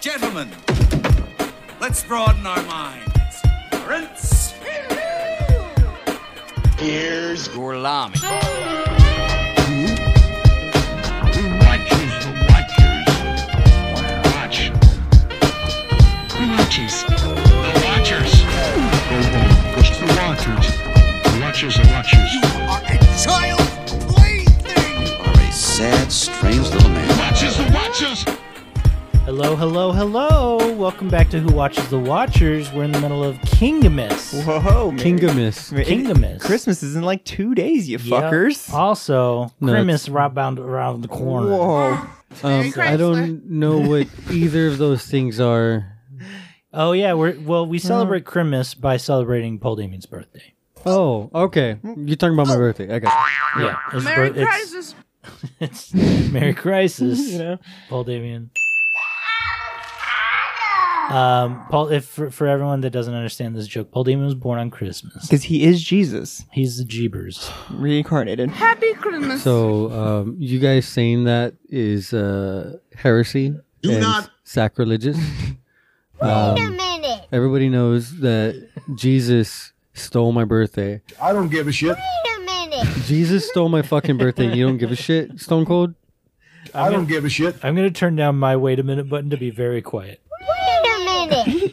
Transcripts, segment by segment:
Gentlemen, let's broaden our minds. Prince. Here's Gorlami. Who watches the watchers? Watch. Who watches? The watchers. Go home. Go to the watchers. The watchers are watchers. Are a sad, strange little man. Watchers the watchers. Hello, hello, hello. Welcome back to Who Watches the Watchers. We're in the middle of Kingamus. Whoa, Mary. Kingamus. Mary- Kingamus. Christmas is in like two days, you fuckers. Yep. Also, No, Grimace right bound around the corner. Whoa. Um, I don't know what either of those things are. Oh yeah, we're well we celebrate Christmas by celebrating Paul Damien's birthday. Oh, okay. You're talking about my birthday. I got it. Yeah. It's Merry bir- it's- Christmas. It's, Merry Crisis. You know? Paul Damien. Um, Paul, if for, for everyone that doesn't understand this joke, Paul Damien was born on Christmas. Because he is Jesus He's the Jeebers. reincarnated. Happy Christmas. So, um, you guys saying that is uh, heresy Do and not. sacrilegious. Um, minute. everybody knows that Jesus stole my birthday. I don't give a shit. Wait a minute. Jesus stole my fucking birthday. and You don't give a shit, Stone Cold? I don't give a shit. I'm gonna turn down my wait a minute button to be very quiet. Wait a minute.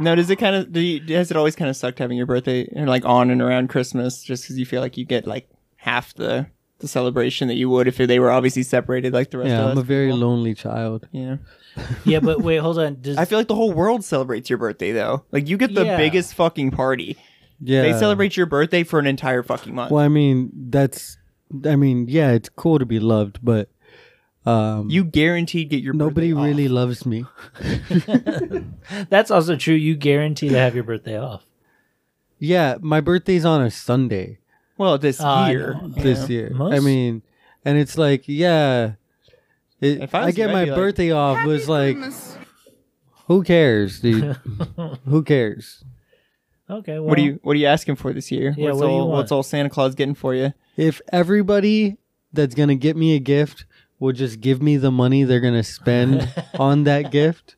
Now, does it kind of, do you, has it always kind of sucked having your birthday and like on and around Christmas just because you feel like you get like half the, the celebration that you would if they were obviously separated like the rest Yeah, of us? I'm a very lonely child. yeah. Yeah, but wait, hold on. Does, I feel like the whole world celebrates your birthday though. Like you get the Yeah. biggest fucking party. Yeah. They celebrate your birthday for an entire fucking month. Well, I mean, that's, I mean, yeah, it's cool to be loved, but um, You guaranteed get your nobody birthday off. really loves me. that's also true. You guarantee to have your birthday off. Yeah, my birthday's on a Sunday Well, this Uh, year. you know. this year. I Most- mean, and it's like, yeah, it, If I I, was you, get I'd my be like, birthday off. Happy was like, Christmas. who cares, dude? who cares? Okay. Well, What are you What are you asking for this year? Yeah, what's what do you all What's want? all Santa Claus getting for you? If everybody that's gonna get me a gift will just give me the money they're gonna spend on that gift,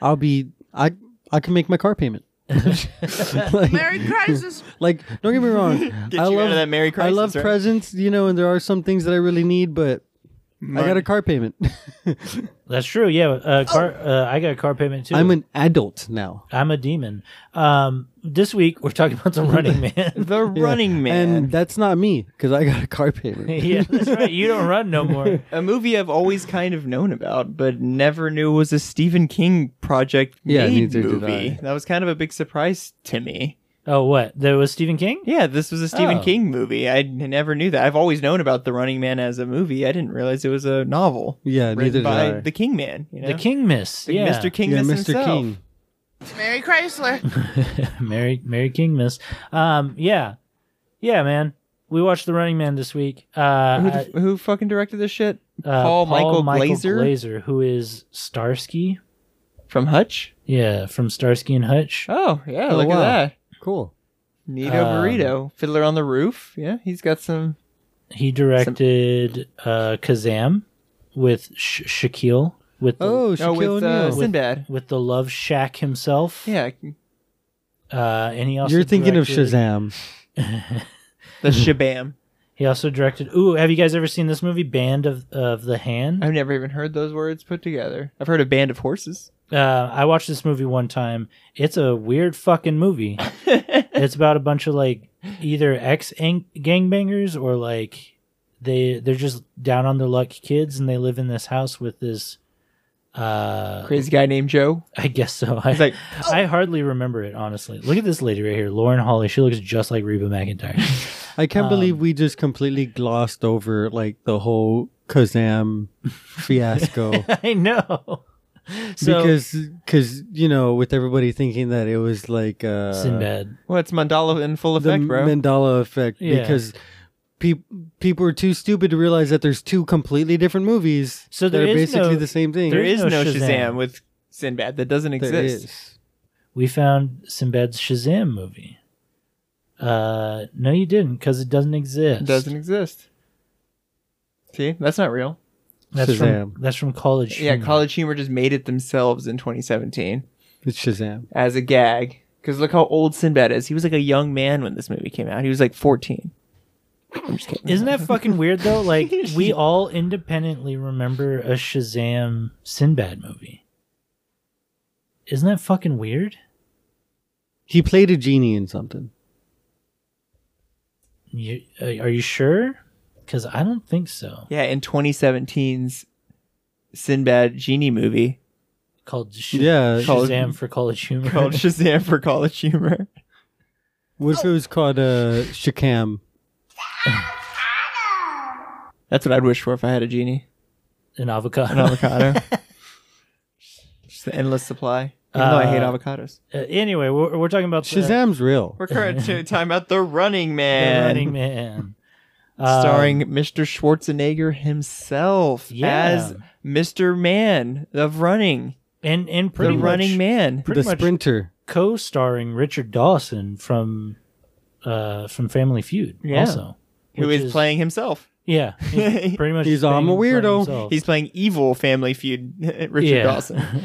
I'll be I I can make my car payment. Like- Merry Christmas. Like, don't get me wrong. I Get you out love of that Merry I Crisis, love right? presents, you know, and there are some things that I really need, but I got a car payment. That's true. Yeah. Uh, car. Uh, I got a car payment too. I'm an adult now. I'm a demon. Um, this week we're talking about the Running Man. The Running Man, And that's not me because I got a car payment. yeah, that's right. You don't run no more. a movie I've always kind of known about, but never knew was a Stephen King project Yeah, made neither did movie. I. That was kind of a big surprise to me. Oh, what? There was Stephen King. Yeah, this was a Stephen Oh. King movie. I n- never knew that. I've always known about The Running Man as a movie. I didn't realize it was a novel. Yeah, written Uh, neither did by I. the King Man. You know? The King Miss. The yeah. Mr. King. yeah, this Mr. himself. King. Merry Chrysler. Mary Mary King Miss. Um, yeah. Yeah, man. We watched The Running Man this week. Uh, Who, I- the- who fucking directed this shit? uh, Paul, Michael, Glazer Glazer, who is Starsky. from Hutch. Yeah, from Starsky and Hutch. Oh yeah, Oh, look wow. at that. Cool. Nito Um, Burrito, Fiddler on the Roof. Yeah, he's got some. He directed uh, Kazam with Sh- Shaquille with the, Oh, No, Shaquille with uh, O'Neal. Sinbad. with the Love Shack himself. Yeah, Uh, and he also You're thinking of directed- Shazam. the Shabam. He also directed. Ooh, have you guys ever seen this movie, Band of of the Hand? I've never even heard those words put together. I've heard a band of horses. Uh, I watched this movie one time. It's a weird fucking movie. it's about a bunch of like either ex gangbangers or like they they're just down on their luck kids and they live in this house with this. Uh, Crazy guy named Joe. I guess so. I, like, I hardly remember it honestly. Look at this lady right here, Lauren Hawley. She looks just like Reba McIntyre. I Um, can't believe we just completely glossed over like the whole Kazam fiasco. I know. So because cause, you know, with everybody thinking that it was like uh Sinbad. Well, it's Mandala in full the effect, bro. Mandela effect Yeah. because peop people are too stupid to realize that there's two completely different movies So that there are is basically no- the same thing. there is no no, Shazam. Shazam. with Sinbad. That doesn't There exist. is. we found Sinbad's Shazam movie. Uh, no, you didn't, because it doesn't exist. It doesn't exist. See, that's not real. That's Shazam. from that's from college. Yeah, Humor. College Humor just made it themselves in 2017 It's Shazam. as a gag. Because look how old Sinbad is. He was like a young man when this movie came out. He was like 14. Isn't that fucking weird though? Like we all independently remember a Shazam Sinbad movie. Isn't that fucking weird? He played a genie in something. You, uh, are you sure? Because I don't think so. Yeah, in 2017's Sinbad Genie movie Called Sh- Yeah. Shazam for College Humor. called Shazam for College Humor. What if it was called uh, Shakam? That's what I'd wish for if I had a genie. An avocado. An avocado. just the endless supply. Even though I hate Uh, avocados. Uh, anyway, we're, we're talking about the- Shazam's real. We're currently talking about The Running the Man. Running Man, Um, starring Mr. Schwarzenegger himself Yeah. as Mr. Man of Running, and and pretty the much, Running Man. pretty the much sprinter. co-starring Richard Dawson from uh from Family Feud. Yeah. Also, Who which is, playing himself. Yeah, he's pretty much. He's, playing- um, "I'm a playing weirdo." himself. He's playing evil Family Feud Richard Yeah. Dawson.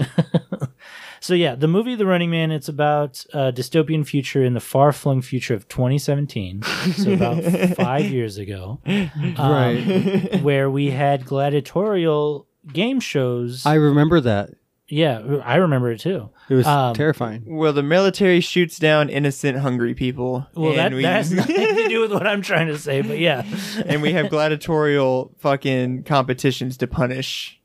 so yeah, the movie The Running Man. It's about a dystopian future in the far flung future of 2017, so about five years ago, um, Right. where we had gladiatorial game shows. I remember that. yeah, I remember it too. It was Um, terrifying. Well, the military shoots down innocent, hungry people. Well, that, and we, that has nothing to do with what I'm trying to say, but yeah, and we have gladiatorial fucking competitions to punish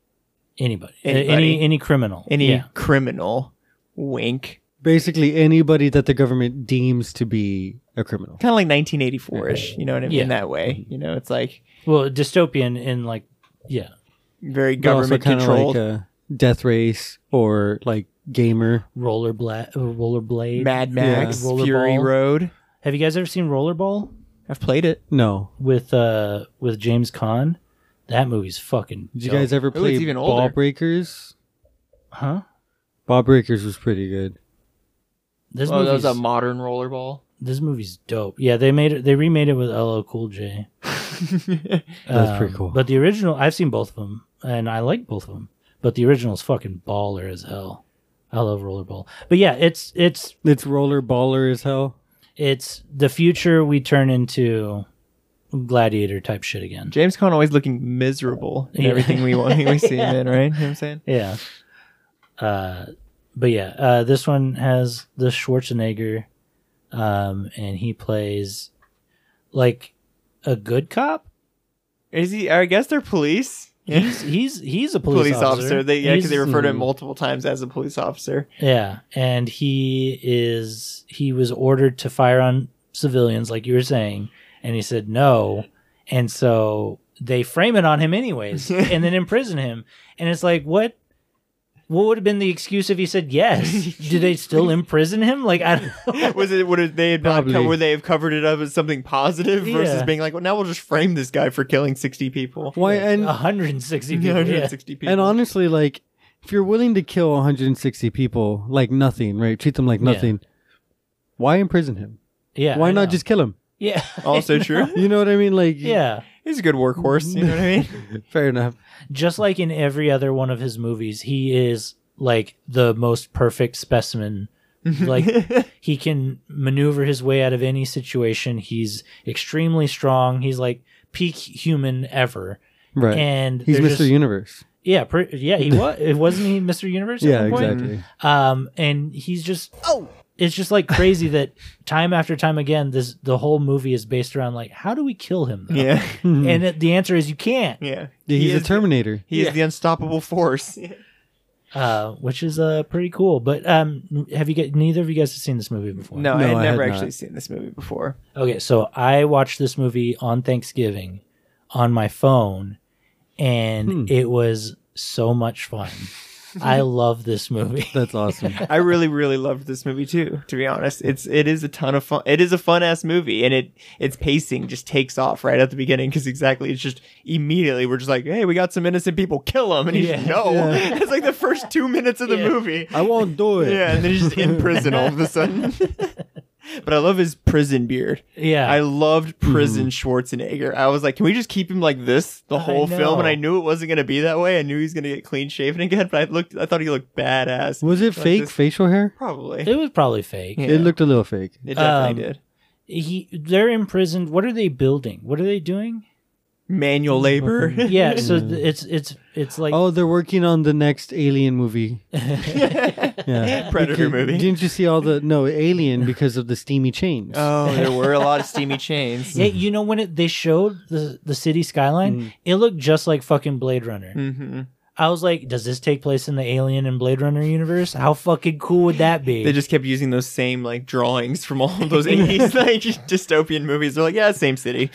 anybody, Uh, Anybody. any any criminal, any yeah. criminal. Wink. Basically, anybody that the government deems to be a criminal. Kind of like 1984 ish. You know what I mean? Yeah. Mm-hmm. That way. You know, it's like well, dystopian in like yeah, very But also government kinda controlled. like a death race or like gamer. roller bla- uh, rollerblade. Mad Max Yeah. Fury Rollerball. Road. Have you guys ever seen Rollerball I've played it. No. with uh with James Caan? That movie's fucking. Did you dope. guys ever it's play even Ball older. Breakers? Huh? Ball Breakers was pretty good. This Oh, that movie's was a modern rollerball. this movie's dope. Yeah, they made it. They remade it with LL Cool J. That's Um, pretty cool. But the original, I've seen both of them, and I like both of them. But the original's fucking baller as hell. I love Rollerball. But yeah, it's it's It's roller baller as hell. it's the future we turn into gladiator type shit again. James Conn always looking miserable in Yeah. everything we want we see him in, right? You know what I'm saying? Yeah. Uh, but yeah, uh, this one has the Schwarzenegger, um, and he plays like a good cop. Is he? I guess they're police. He's he's he's a police, Police, officer. They yeah, because they He's- Mm. refer to him multiple times as a police officer. Yeah, and he is he was ordered to fire on civilians, like you were saying, and he said no, and so they frame it on him anyways, and then imprison him. And it's like, what? What would have been the excuse if he said yes? Do they still imprison him? Like I don't. know. Was it? Would have, they have not? Co- Probably. would they have covered it up as something positive versus Yeah. being like, well, now we'll just frame this guy for killing sixty people, Why and Uh, 160 people. Yeah. 160 people. and honestly, like if you're willing to kill 160 people like nothing, right? Treat them like Yeah. nothing. Why imprison him? Yeah, Why I not know. just kill him? Yeah. also true. You know what I mean? Like yeah. He's a good workhorse. You know what I mean? fair enough. Just like in every other one of his movies, he is like the most perfect specimen. Like he can maneuver his way out of any situation. He's extremely strong. He's like peak human ever. Right. And He's they're Mr. just- Universe. Yeah, per, yeah, he was. Wasn't he Mr. Universe? at Yeah, one point? exactly. um and he's just oh it's just like crazy that time after time again this the whole movie is based around like how do we kill him though? Yeah, and it, the answer is you can't yeah. Yeah, He he's a is- Terminator. He is the unstoppable force. uh which is uh pretty cool but um have you get neither of you guys have seen this movie before No, I No, had I never had actually not. seen this movie before. okay so i watched this movie on thanksgiving on my phone and it was so much fun i love this movie That's awesome. I really, really loved this movie too. To be honest, it's it is a ton of fun. It is a fun ass movie, and it its pacing just takes off right at the beginning because exactly it's just immediately we're just like, hey, we got some innocent people, kill them, and he's Yeah. no. It's like the first two minutes of the Yeah. movie. I won't do it. Yeah, and then he's just in prison all of a sudden. But I love his prison beard. Yeah. I loved prison Schwarzenegger. I was like, can we just keep him like this the whole film? And know. I knew it wasn't gonna be that way. I knew he was gonna get clean shaven again. But I looked, I thought he looked badass. Was it Like fake this- facial hair? Probably. It, it was probably fake. Yeah. It looked a little fake. definitely Um, did. He they're imprisoned. What are they building? What are they doing? Manual labor. Yeah, so th- it's it's it's like Oh, they're working on the next Alien movie. yeah. Predator movie. Didn't you see all the no Alien because of the steamy chains? Oh, there were a lot of steamy chains. Mm-hmm. Yeah, you know when it, they showed the the city skyline, it looked just like fucking Blade Runner. Mm-hmm. I was like, does this take place in the Alien and Blade Runner universe? How fucking cool would that be? They just kept using those same like drawings from all of those 80s like dystopian movies. They're like, yeah, same city.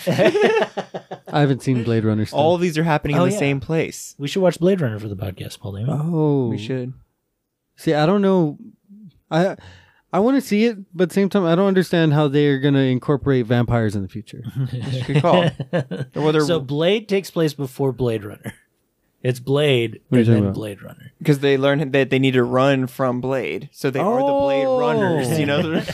I haven't seen Blade Runner. Still. All these are happening Oh, in the yeah. same place. we should watch Blade Runner for the podcast, Paul Damon. oh, We should. see. I don't know. I I want to see it, but at the same time, I don't understand how they are going to incorporate vampires in the future. Good call. Or whether So Blade takes place before Blade Runner. It's Blade What are you and talking then about? Blade Runner. because they learn that they need to run from Blade, so they are the Blade runners. You know, They're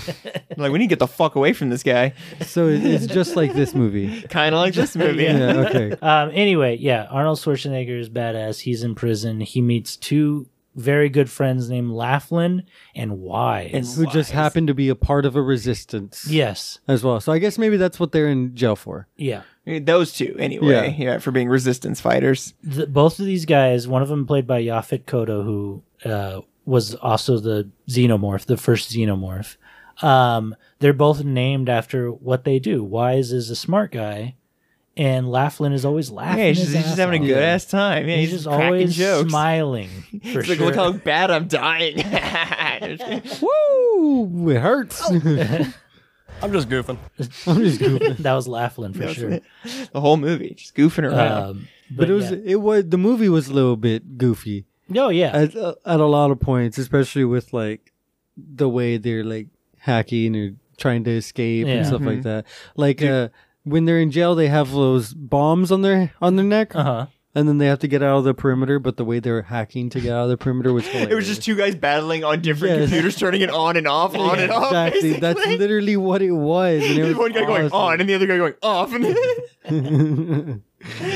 like we need to get the fuck away from this guy. so it, it's just like this movie. Kind of like this movie. Yeah. Okay. Um, anyway, yeah, Arnold Schwarzenegger is badass. He's in prison. He meets two very good friends named Laughlin and Wise. And- Who just Lies. happened to be a part of a resistance? yes, As well. So I guess maybe that's what they're in jail for. yeah. Those two, anyway. Yeah. Yeah. for being resistance fighters. the, both of these guys, one of them played by Yaphet Kotto, who uh, was also the xenomorph, the first xenomorph. Um, they're both named after what they do. Wise is a smart guy, and Laughlin is always laughing. Yeah, he's just, his he's just ass having a off. good ass time. Yeah, He's, he's, just cracking always jokes. smiling. For He's like, sure. look how bad I'm dying. Woo! It hurts. Oh. I'm just goofing. I'm just goofing. that was Laughlin for sure. the whole movie, just goofing Uh, around. Um, but, But it was it was the movie was a little bit goofy no, yeah, at uh, at a lot of points, especially with like the way they're like hacking or trying to escape Yeah. Mm-hmm. and stuff like that. Like uh, when they're in jail, they have those bombs on their on their neck, uh huh. and then they have to get out of the perimeter. But the way they were hacking to get out of the perimeter was It was hilarious. just two guys battling on different Yes. computers, turning it on and off, on and off. exactly. Basically. That's literally what it was. and it was one guy going awesome. on and the other guy going off.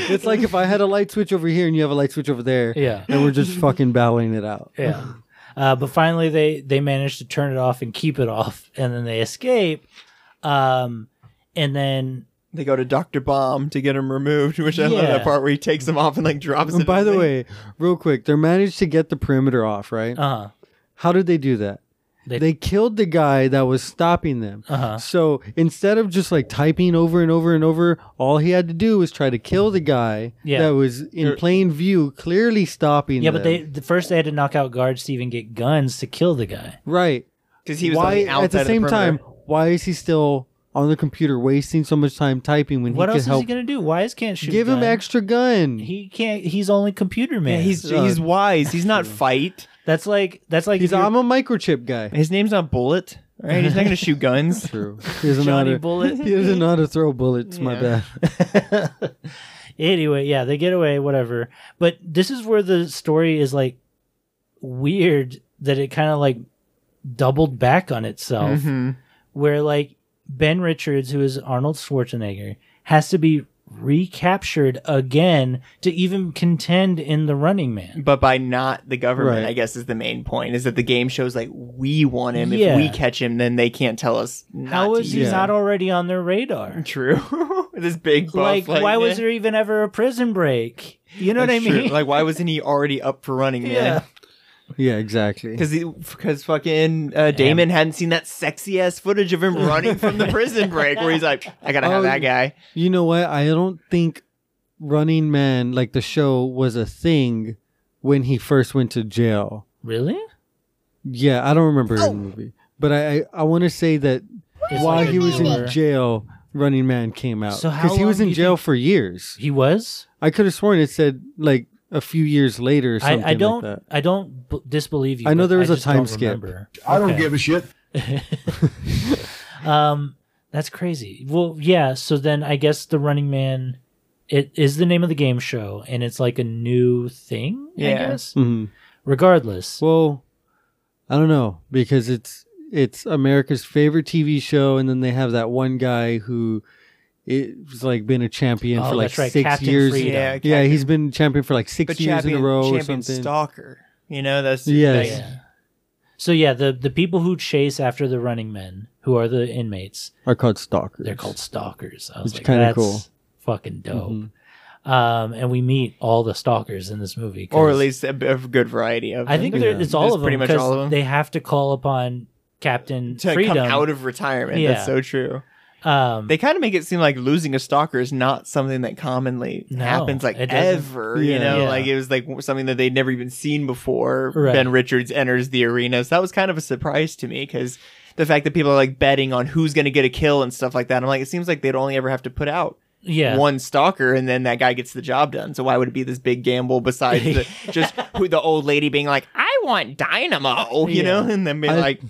It's like if I had a light switch over here and you have a light switch over there. Yeah. And we're just fucking battling it out. Yeah. Uh, but finally, they they manage to turn it off and keep it off, and then they escape. Um, and then they go to Doctor Bomb to get him removed, which I love Yeah. that part where he takes him off and like drops And it. by in the thing. way, real quick, they managed to get the perimeter off, right? uh, How did they do that? They- They, killed the guy that was stopping them. Uh-huh. So instead of just like typing over and over and over, all he had to do was try to kill the guy Yeah. that was in plain view, clearly stopping. yeah, but them. they the first they had to knock out guards to even get guns to kill the guy. right. 'Cause he was on why the outside at the of same time? perimeter. Why is he still on the computer wasting so much time typing when What he else could is help? he gonna do? Wise can't shoot. Give a him gun. extra gun. He can't. He's only computer man. Yeah, he's Uh, he's wise. He's not fight. that's like that's like He's if you're- I'm a microchip guy. His name's not Bullet. Right? He's not gonna shoot guns. True. He doesn't know how Johnny to, Bullet. he doesn't know how to throw bullets. My bad. anyway, yeah, they get away, whatever. But this is where the story is like weird that it kind of like doubled back on itself, where like Ben Richards, who is Arnold Schwarzenegger, has to be recaptured again to even contend in the Running Man. But by not the Right. government, I guess is the main point. Is that the game shows like we want him. Yeah. If we catch him, then they can't tell us. Not How to is he use Yeah. not already on their radar? him. true? this big buff, Like, like, why was eh. there even ever a prison break? You know what I That's true. mean? Like, why wasn't he already up for running? yeah. Man? Yeah, exactly. Because because fucking uh, Damon hadn't seen that sexy ass footage of him running from the prison break where he's like, I gotta have Oh, that guy. You know what? I don't think Running Man, like the show, was a thing when he first went to jail. Really? Yeah, I don't remember the movie, but I I, I want to say that Oh! It's while like a he was newer- in jail, Running Man came out So how he was long do in you jail for years. He was? I could have sworn it said like a few years later or something I, I don't. like that. I don't b- disbelieve you. I know but there was a just time don't skip. remember. I don't Okay. give a shit. Um, that's crazy. Well, yeah. So then I guess the Running Man, it is the name of the game show, and it's like a new thing. I Yeah. guess. Mhm. Regardless, Well, I don't know because it's it's America's favorite TV show, and then they have that one guy who it's like been a champion Oh, for like that's right, six Captain years. Freedom. Yeah, Yeah, Captain- he's been champion for like six but years champion, in a row or champion something. stalker. You know, that's Yes. like, Yeah. So yeah, the the people who chase after the running men, who are the inmates, Are called stalkers. they're called stalkers. I was It's like, kinda that's cool." Mm-hmm. fucking dope. Um, and we meet all the stalkers in this movie, 'cause or at least a, a good variety of. I them. think they're- it's all It's of them pretty much all of because them. they have to call upon Captain to Freedom. come out of retirement. Yeah. That's so true. um, They kind of make it seem like losing a stalker is not something that commonly No, happens, like it doesn't. ever. Yeah. You know, Yeah. like it was like something that they'd never even seen before. Right. Ben Richards enters the arena, so that was kind of a surprise to me because the fact that people are like betting on who's going to get a kill and stuff like that. I'm like, it seems like they'd only ever have to put out yeah, one stalker and then that guy gets the job done. So why would it be this big gamble besides the, just who the old lady being like, I want Dynamo, you know, and then being I- like,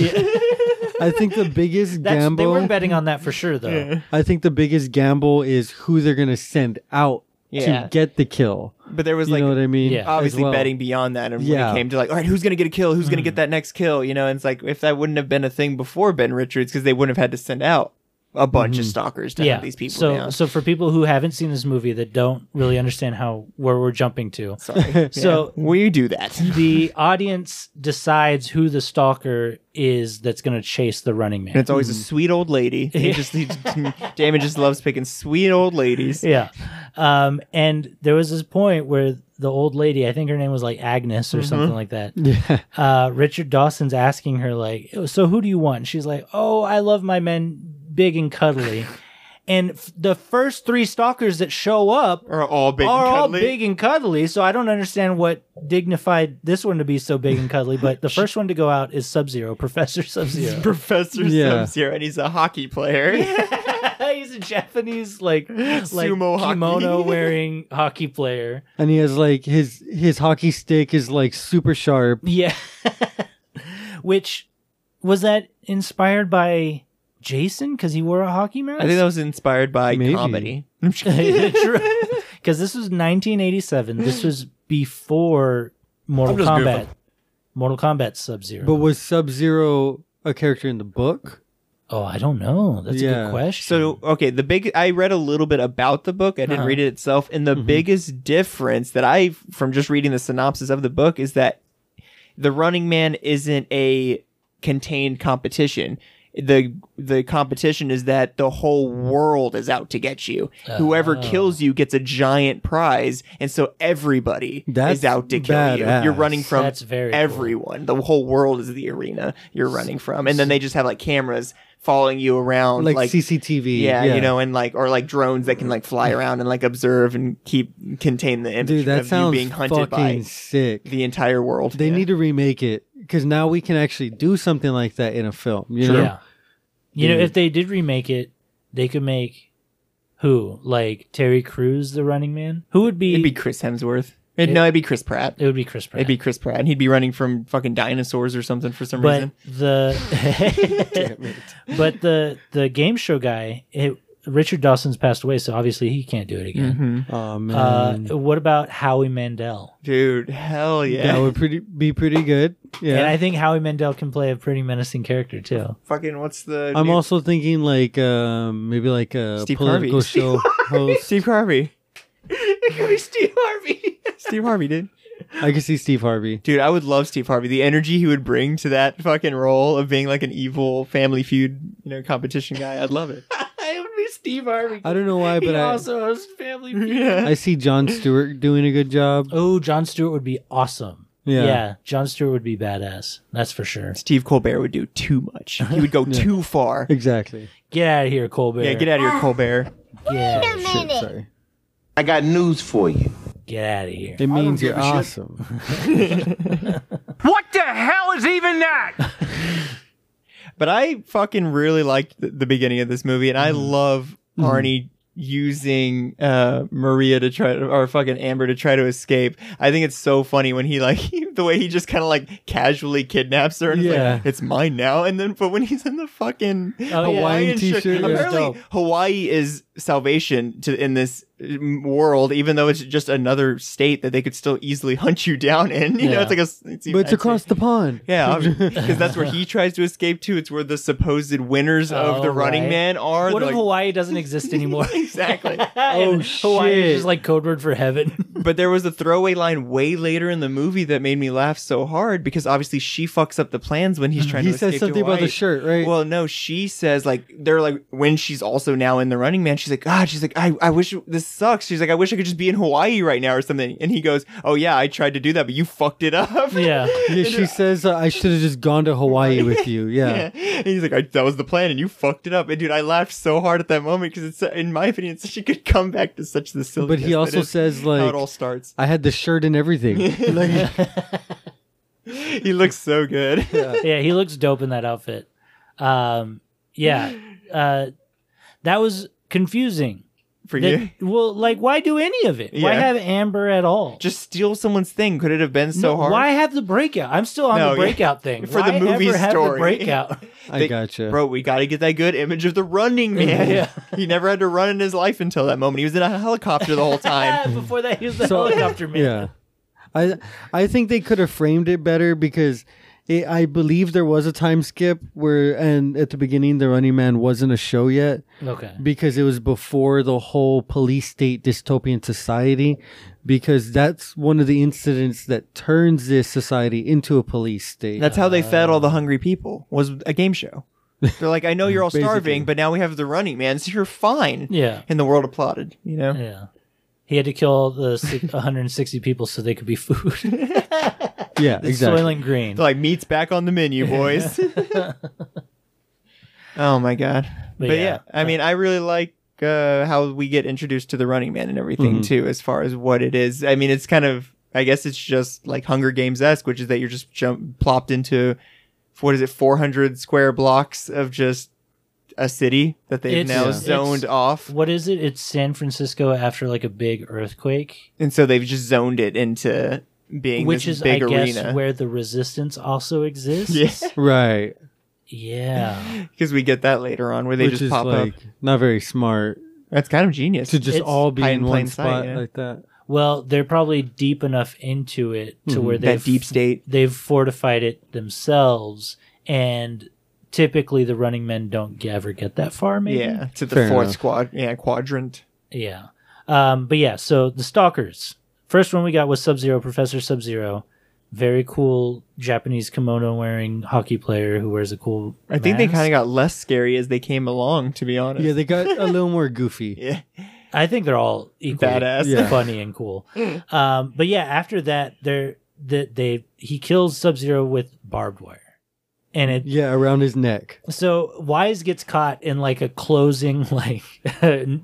I think the biggest That's, gamble. they were betting on that for sure, though. I think the biggest gamble is who they're gonna send out Yeah. to get the kill. but there was you like know what I mean? Yeah. as obviously well. betting beyond that and Yeah. when it came to like all right who's gonna get a kill who's gonna get Mm. that next kill you know and it's like if that wouldn't have been a thing before ben richards because they wouldn't have had to send out a bunch of stalkers to Mm-hmm. yeah, hunt these people so down so for people who haven't seen this movie that don't really understand how where we're jumping to, Sorry. so- Yeah. we do that the audience decides who the stalker is that's going to chase the running man. and it's always a sweet old lady he just he, damon just loves picking sweet old ladies yeah. Um, and there was this point where the old lady, I think her name was like Agnes Mm-hmm. or something like that. Yeah. Uh, Richard Dawson's asking her like, "So who do you want?" And she's like, "Oh, I love my men big and cuddly." and f- the first three stalkers that show up or all big are and all cuddly. big and cuddly. So I don't understand what dignified this one to be so big and cuddly. But the first one to go out is Sub Zero, Professor Sub Zero. professor Yeah. Sims here and he's a hockey player He's a Japanese like like Sumo hockey. kimono wearing hockey player. And he has like his his hockey stick is like super sharp. Yeah. Which was that inspired by Jason because he wore a hockey mask? i think that was inspired by Maybe. comedy because this was 1987. This was before Mortal I'm just Kombat. Mortal Kombat Sub Zero. But was Sub Zero a character in the book? oh, I don't know. That's a Yeah. good question. So okay, the big I read a little bit about the book. I didn't Uh-huh. read it itself, and the Mm-hmm. biggest difference that I from just reading the synopsis of the book is that the Running Man isn't a contained competition. The the competition is that the whole world is out to get you. Whoever kills you gets a giant prize, and so everybody That's is out to kill you. You're badass. running from That's very cool. everyone. The whole world is the arena you're running from, and then they just have like cameras following you around, Like, like CCTV. yeah, you know, and like or like drones that can like fly around and like observe and keep contain the image Dude, that of you sounds being hunted fucking by sick. the entire world. they Yeah. need to remake it because now we can actually do something like that in a film. You know? Yeah. You know, if they did remake it, they could make who? Like Terry Crews, the running man? Who would be. it'd be Chris Hemsworth. It, no, it'd be Chris Pratt. it would be Chris Pratt. It'd be Chris Pratt, and he'd be running from fucking dinosaurs or something for some but reason. the but the the game show guy it, richard dawson's passed away so obviously he can't do it again Oh man, Mm-hmm. uh, what about howie mandel Dude, hell yeah! that would pretty be pretty good. and Yeah, i think howie mandel can play a pretty menacing character too fucking what's the? I, am new- also thinking like um, maybe like a Steve political Harvey. Steve show host. Steve Harvey. it could be Steve Harvey. Steve Harvey, dude. I could see Steve Harvey. Dude, I would love Steve Harvey. The energy he would bring to that fucking role of being like an evil Family Feud, you know, competition guy. I'd love it. it would be steve harvey I don't know why, but I, hosts family I see John Stewart doing a good job. oh john stewart would be awesome Yeah. yeah john stewart would be badass that's for sure Steve Colbert would do too much. He would go too far. Exactly. get out of here colbert Yeah, get out of here, Colbert. yeah, Wait a Shit, minute. sorry. I got news for you. get out of here It means you're give a shit. awesome. What the hell is even that? But I fucking really liked the, the beginning of this movie, and I Mm-hmm. love Arnie using uh Maria to try to, or fucking Amber to try to escape. I think it's so funny when he like the way he just kind of like casually kidnaps her and it's like, Yeah. Oh, it's mine now. And then, but when he's in the fucking Hawaiian t-shirt, shirt, it was dope. apparently Hawaii is salvation to in this um, world, even though it's just another state that they could still easily hunt you down in. You know, Yeah. it's like a, s- it's, but it's across the pond. Yeah, because that's where he tries to escape to. It's where the supposed winners of Oh, the Running right. Man are. What They're if like- Hawaii doesn't exist anymore? exactly. Oh, And Hawaii shit. is just like code word for heaven. But there was a throwaway line way later in the movie that made me laugh so hard because obviously she fucks up the plans when he's trying He to escape says to something about the Hawaii. shirt, right? Well, no, she says like they're like when she's also now in the Running Man. She's like, God, she's like, I, I wish this sucks. She's like, I wish I could just be in Hawaii right now or something. And he goes, Oh yeah, I tried to do that, but you fucked it up. yeah. yeah, she says uh, I should have just gone to Hawaii with you. Yeah. And he's like, I, that was the plan, and you fucked it up. And dude, I laughed so hard at that moment because it's, in my opinion, it's such a good comeback to such the silly. But he also says how like it all starts. I had the shirt and everything. Like, He looks so good. yeah, he looks dope in that outfit. Um, yeah, uh, that was confusing. For That- you, well, like, why do any of it? Why Yeah. have Amber at all? just steal someone's thing. Could it have been so No, hard? Why have the breakout? I'm still on No, the yeah. breakout thing For the Why movie ever have the story. breakout. I They- gotcha. Bro, we got to get that good image of the running man. Yeah. he never had to run in his life until that moment. He was in a helicopter the whole time. Before that, he was the So- helicopter man. Yeah. I I think they could have framed it better because it, I believe there was a time skip where and at the beginning the Running Man wasn't a show yet Okay. because it was before the whole police state dystopian society because that's one of the incidents that turns this society into a police state. That's how they fed all the hungry people. Was a game show. They're like, I know you're all starving, Basically. but now we have the running man, so you're fine. Yeah. And the world applauded. You know. Yeah. He had to kill the si- 160 people so they could be food. yeah, exactly. Soylent Green. They're like meat's back on the menu, boys. oh my god. But, yeah. yeah. I mean, I really like uh, how we get introduced to the Running Man and everything Mm-hmm. too, as far as what it is. I mean, it's kind of, I guess it's just like Hunger Games esque, which is that you're just jump plopped into what is it, 400 square blocks of just a city that they've It's- now yeah. zoned it's- off, what is it? It's San Francisco after like a big earthquake, and so they've just zoned it into being which this is, I big guess, arena. where the resistance also exists. Yes, Right. Yeah. because we get that later on where they Which just is pop like up. not very smart That's kind of genius. to just It's all be hide in in plain one sight, spot yeah. like that. Well, they're probably deep enough into it to where Mm-hmm. that they've deep state. they've fortified it themselves, and typically the running men don't ever get that far. Maybe. Yeah, to the Fair fourth enough. squad. Yeah, quadrant. Yeah. Um, but yeah, so the stalkers. First one we got was Sub Zero, Professor Sub Zero. Very cool Japanese kimono wearing hockey player who wears a cool. I think they kind of got less scary as they came along. To be honest, Yeah, they got a little more goofy. yeah, I think they're all equally Badass. Yeah. funny and cool. Um, but yeah, after that, they're that they he kills Sub Zero with barbed wire, and it Yeah, around his neck. so Wise gets caught in like a closing like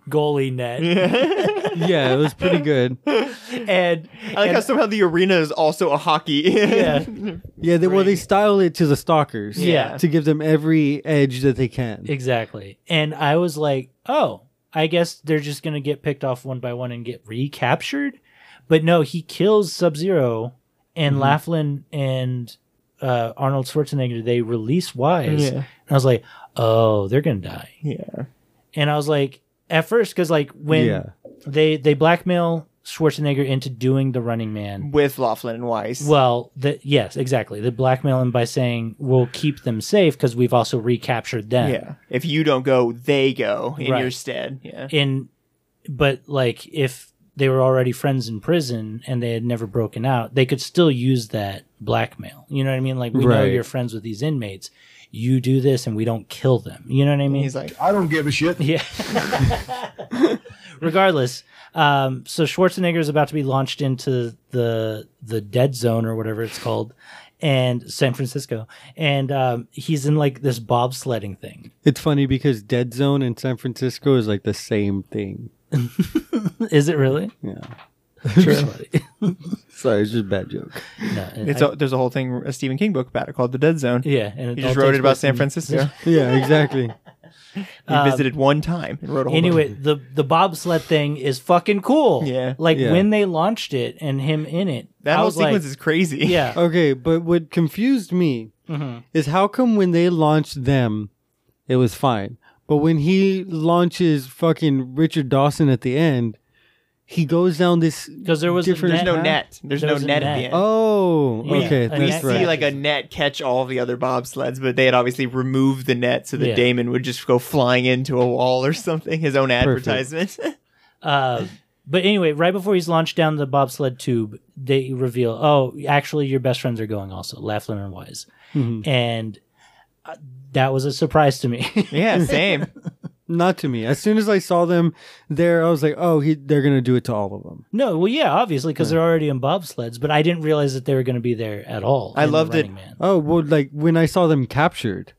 goalie net, Yeah, it was pretty good. and I like how somehow the arena is also a hockey. yeah, Yeah, they, well, they style it to the stalkers. Yeah. to give them every edge that they can. Exactly. And I was like, oh, I guess they're just going to get picked off one by one and get recaptured. But no, he kills Sub Zero Mm-hmm. and Laughlin and uh, Arnold Schwarzenegger. They release Wise. Yeah. And I was like, oh, they're going to die. yeah. And I was like, at first, because like when Yeah. they, they blackmail Schwarzenegger into doing the running man. With Laughlin and Weiss. Well, the, yes, exactly. They blackmail him by saying, we'll keep them safe because we've also recaptured them. yeah. If you don't go, they go in Right. your stead. Yeah. in but like if they were already friends in prison and they had never broken out they could still use that blackmail you know what i mean like we know Right. you're friends with these inmates you do this and we don't kill them you know what i mean He's like, I don't give a shit. yeah regardless um, so schwarzenegger is about to be launched into the the dead zone or whatever it's called and san francisco and um, he's in like this bobsledding thing It's funny because Dead Zone in San Francisco is like the same thing. is it really Yeah, true sorry, it's just a bad joke. no, it's I- a, there's a whole thing, a Stephen King book about it called The Dead Zone. Yeah, and it He all just wrote takes it about place San in- Francisco. Yeah, exactly. We visited one time and wrote a whole bunch. Anyway, the the bobsled thing is fucking cool. Yeah. Like Yeah. when they launched it and him in it, That I whole was like, sequence is crazy. yeah. Okay, but what confused me Mm-hmm. is how come when they launched them, it was fine, but when he launches fucking Richard Dawson at the end, he goes down this. Because there was a Different- There's no Yeah. net. There's There no was Uh-huh. a net, at net. the end. Oh, Yeah. okay, A we that's see right. like a net catch all the other bobsleds, but they had obviously removed the net so that Yeah. Damon would just go flying into a wall or something. His own Perfect. advertisement. Uh, but anyway, right before he's launched down the bobsled tube, they reveal, oh, actually, your best friends are going also, Laughlin and Wise, Mm-hmm. and uh, that was a surprise to me. yeah, same. Not to me. As soon as I saw them there, I was like, oh, he, they're gonna do it to all of them. no, well, yeah, obviously, because they're already in bobsleds, but I didn't realize that they were going to be there at all. I in the loved it. Running Man. Oh well, like when I saw them captured,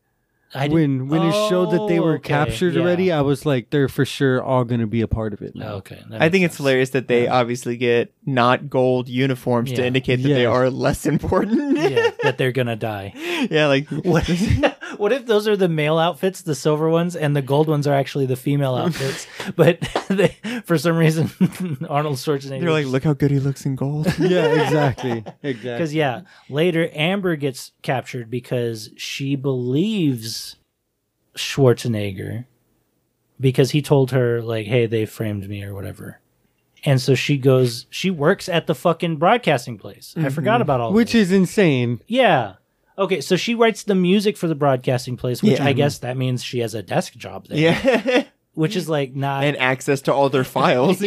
I when didn't- when it showed that they Oh, were okay, captured yeah. Oh, already, I was like, they're for sure all gonna be a part of it. Now. Okay, that I makes think it's sense. hilarious that they obviously get not gold uniforms Yeah. to indicate that they Yes. are less important. yeah, that they're gonna die. yeah, like What if, what if those are the male outfits, the silver ones, and the gold ones are actually the female outfits? but they, for some reason, Arnold Schwarzenegger. they're like, look how good he looks in gold. Yeah, exactly, exactly. because yeah, later Amber gets captured because she believes Schwarzenegger because he told her like, "Hey, they framed me" or whatever. And so she goes. She works at the fucking broadcasting place. Mm-hmm. I forgot about all. Which this. is insane. Yeah. Okay, so she writes the music for the broadcasting place, which Yeah. I guess that means she has a desk job there. yeah, Which is like not and access to all their files.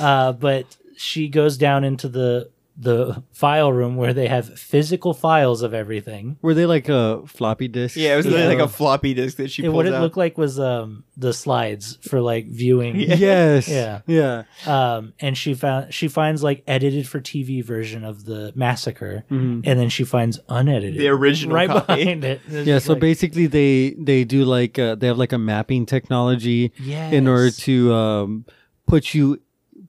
uh but she goes down into the the file room where they have physical files of everything. Were they like a floppy disk? Yeah, it was literally like a floppy disk that she It, pulled what it out. looked like was um the slides for like viewing. yes. Yeah. Yeah. Um and she found she finds like edited for TV version of the massacre and then she finds unedited. Mm-hmm. The original right copy. behind it. It's Yeah. just So like- basically, they they do like uh, they have like a mapping technology in order Yes. to um, put you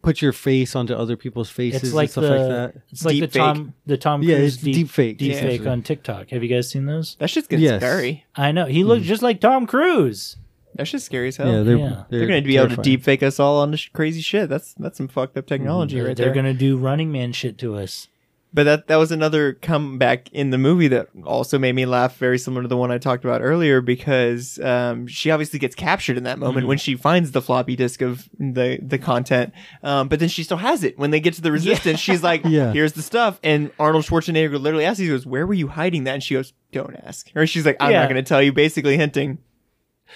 put your face onto other people's faces it's like and stuff the like that. it's like Deep the Tom the Tom Cruise Yeah, it's deep, deep fake, deep fake essentially. on TikTok. Have you guys seen those? that shit's gonna Yes. scary. I know he Hmm. looked just like Tom Cruise. That's just scary as hell. Yeah, Oh, they're, they're yeah. they're, gonna be able to terrifying. deep fake us all on this crazy shit. That's that's some fucked up technology They're, right Mm-hmm. they're there. gonna do Running Man shit to us. But that that was another comeback in the movie that also made me laugh, very similar to the one I talked about earlier, because um, she obviously gets captured in that Mm-hmm. moment when she finds the floppy disk of the the content. Um, but then she still has it when they get to the resistance. She's like, Yeah. "Here's the stuff," and Arnold Schwarzenegger literally asks, "He goes, where were you hiding that?" And she goes, "Don't ask." Or she's like, "I'm Yeah. not going to tell you," basically hinting.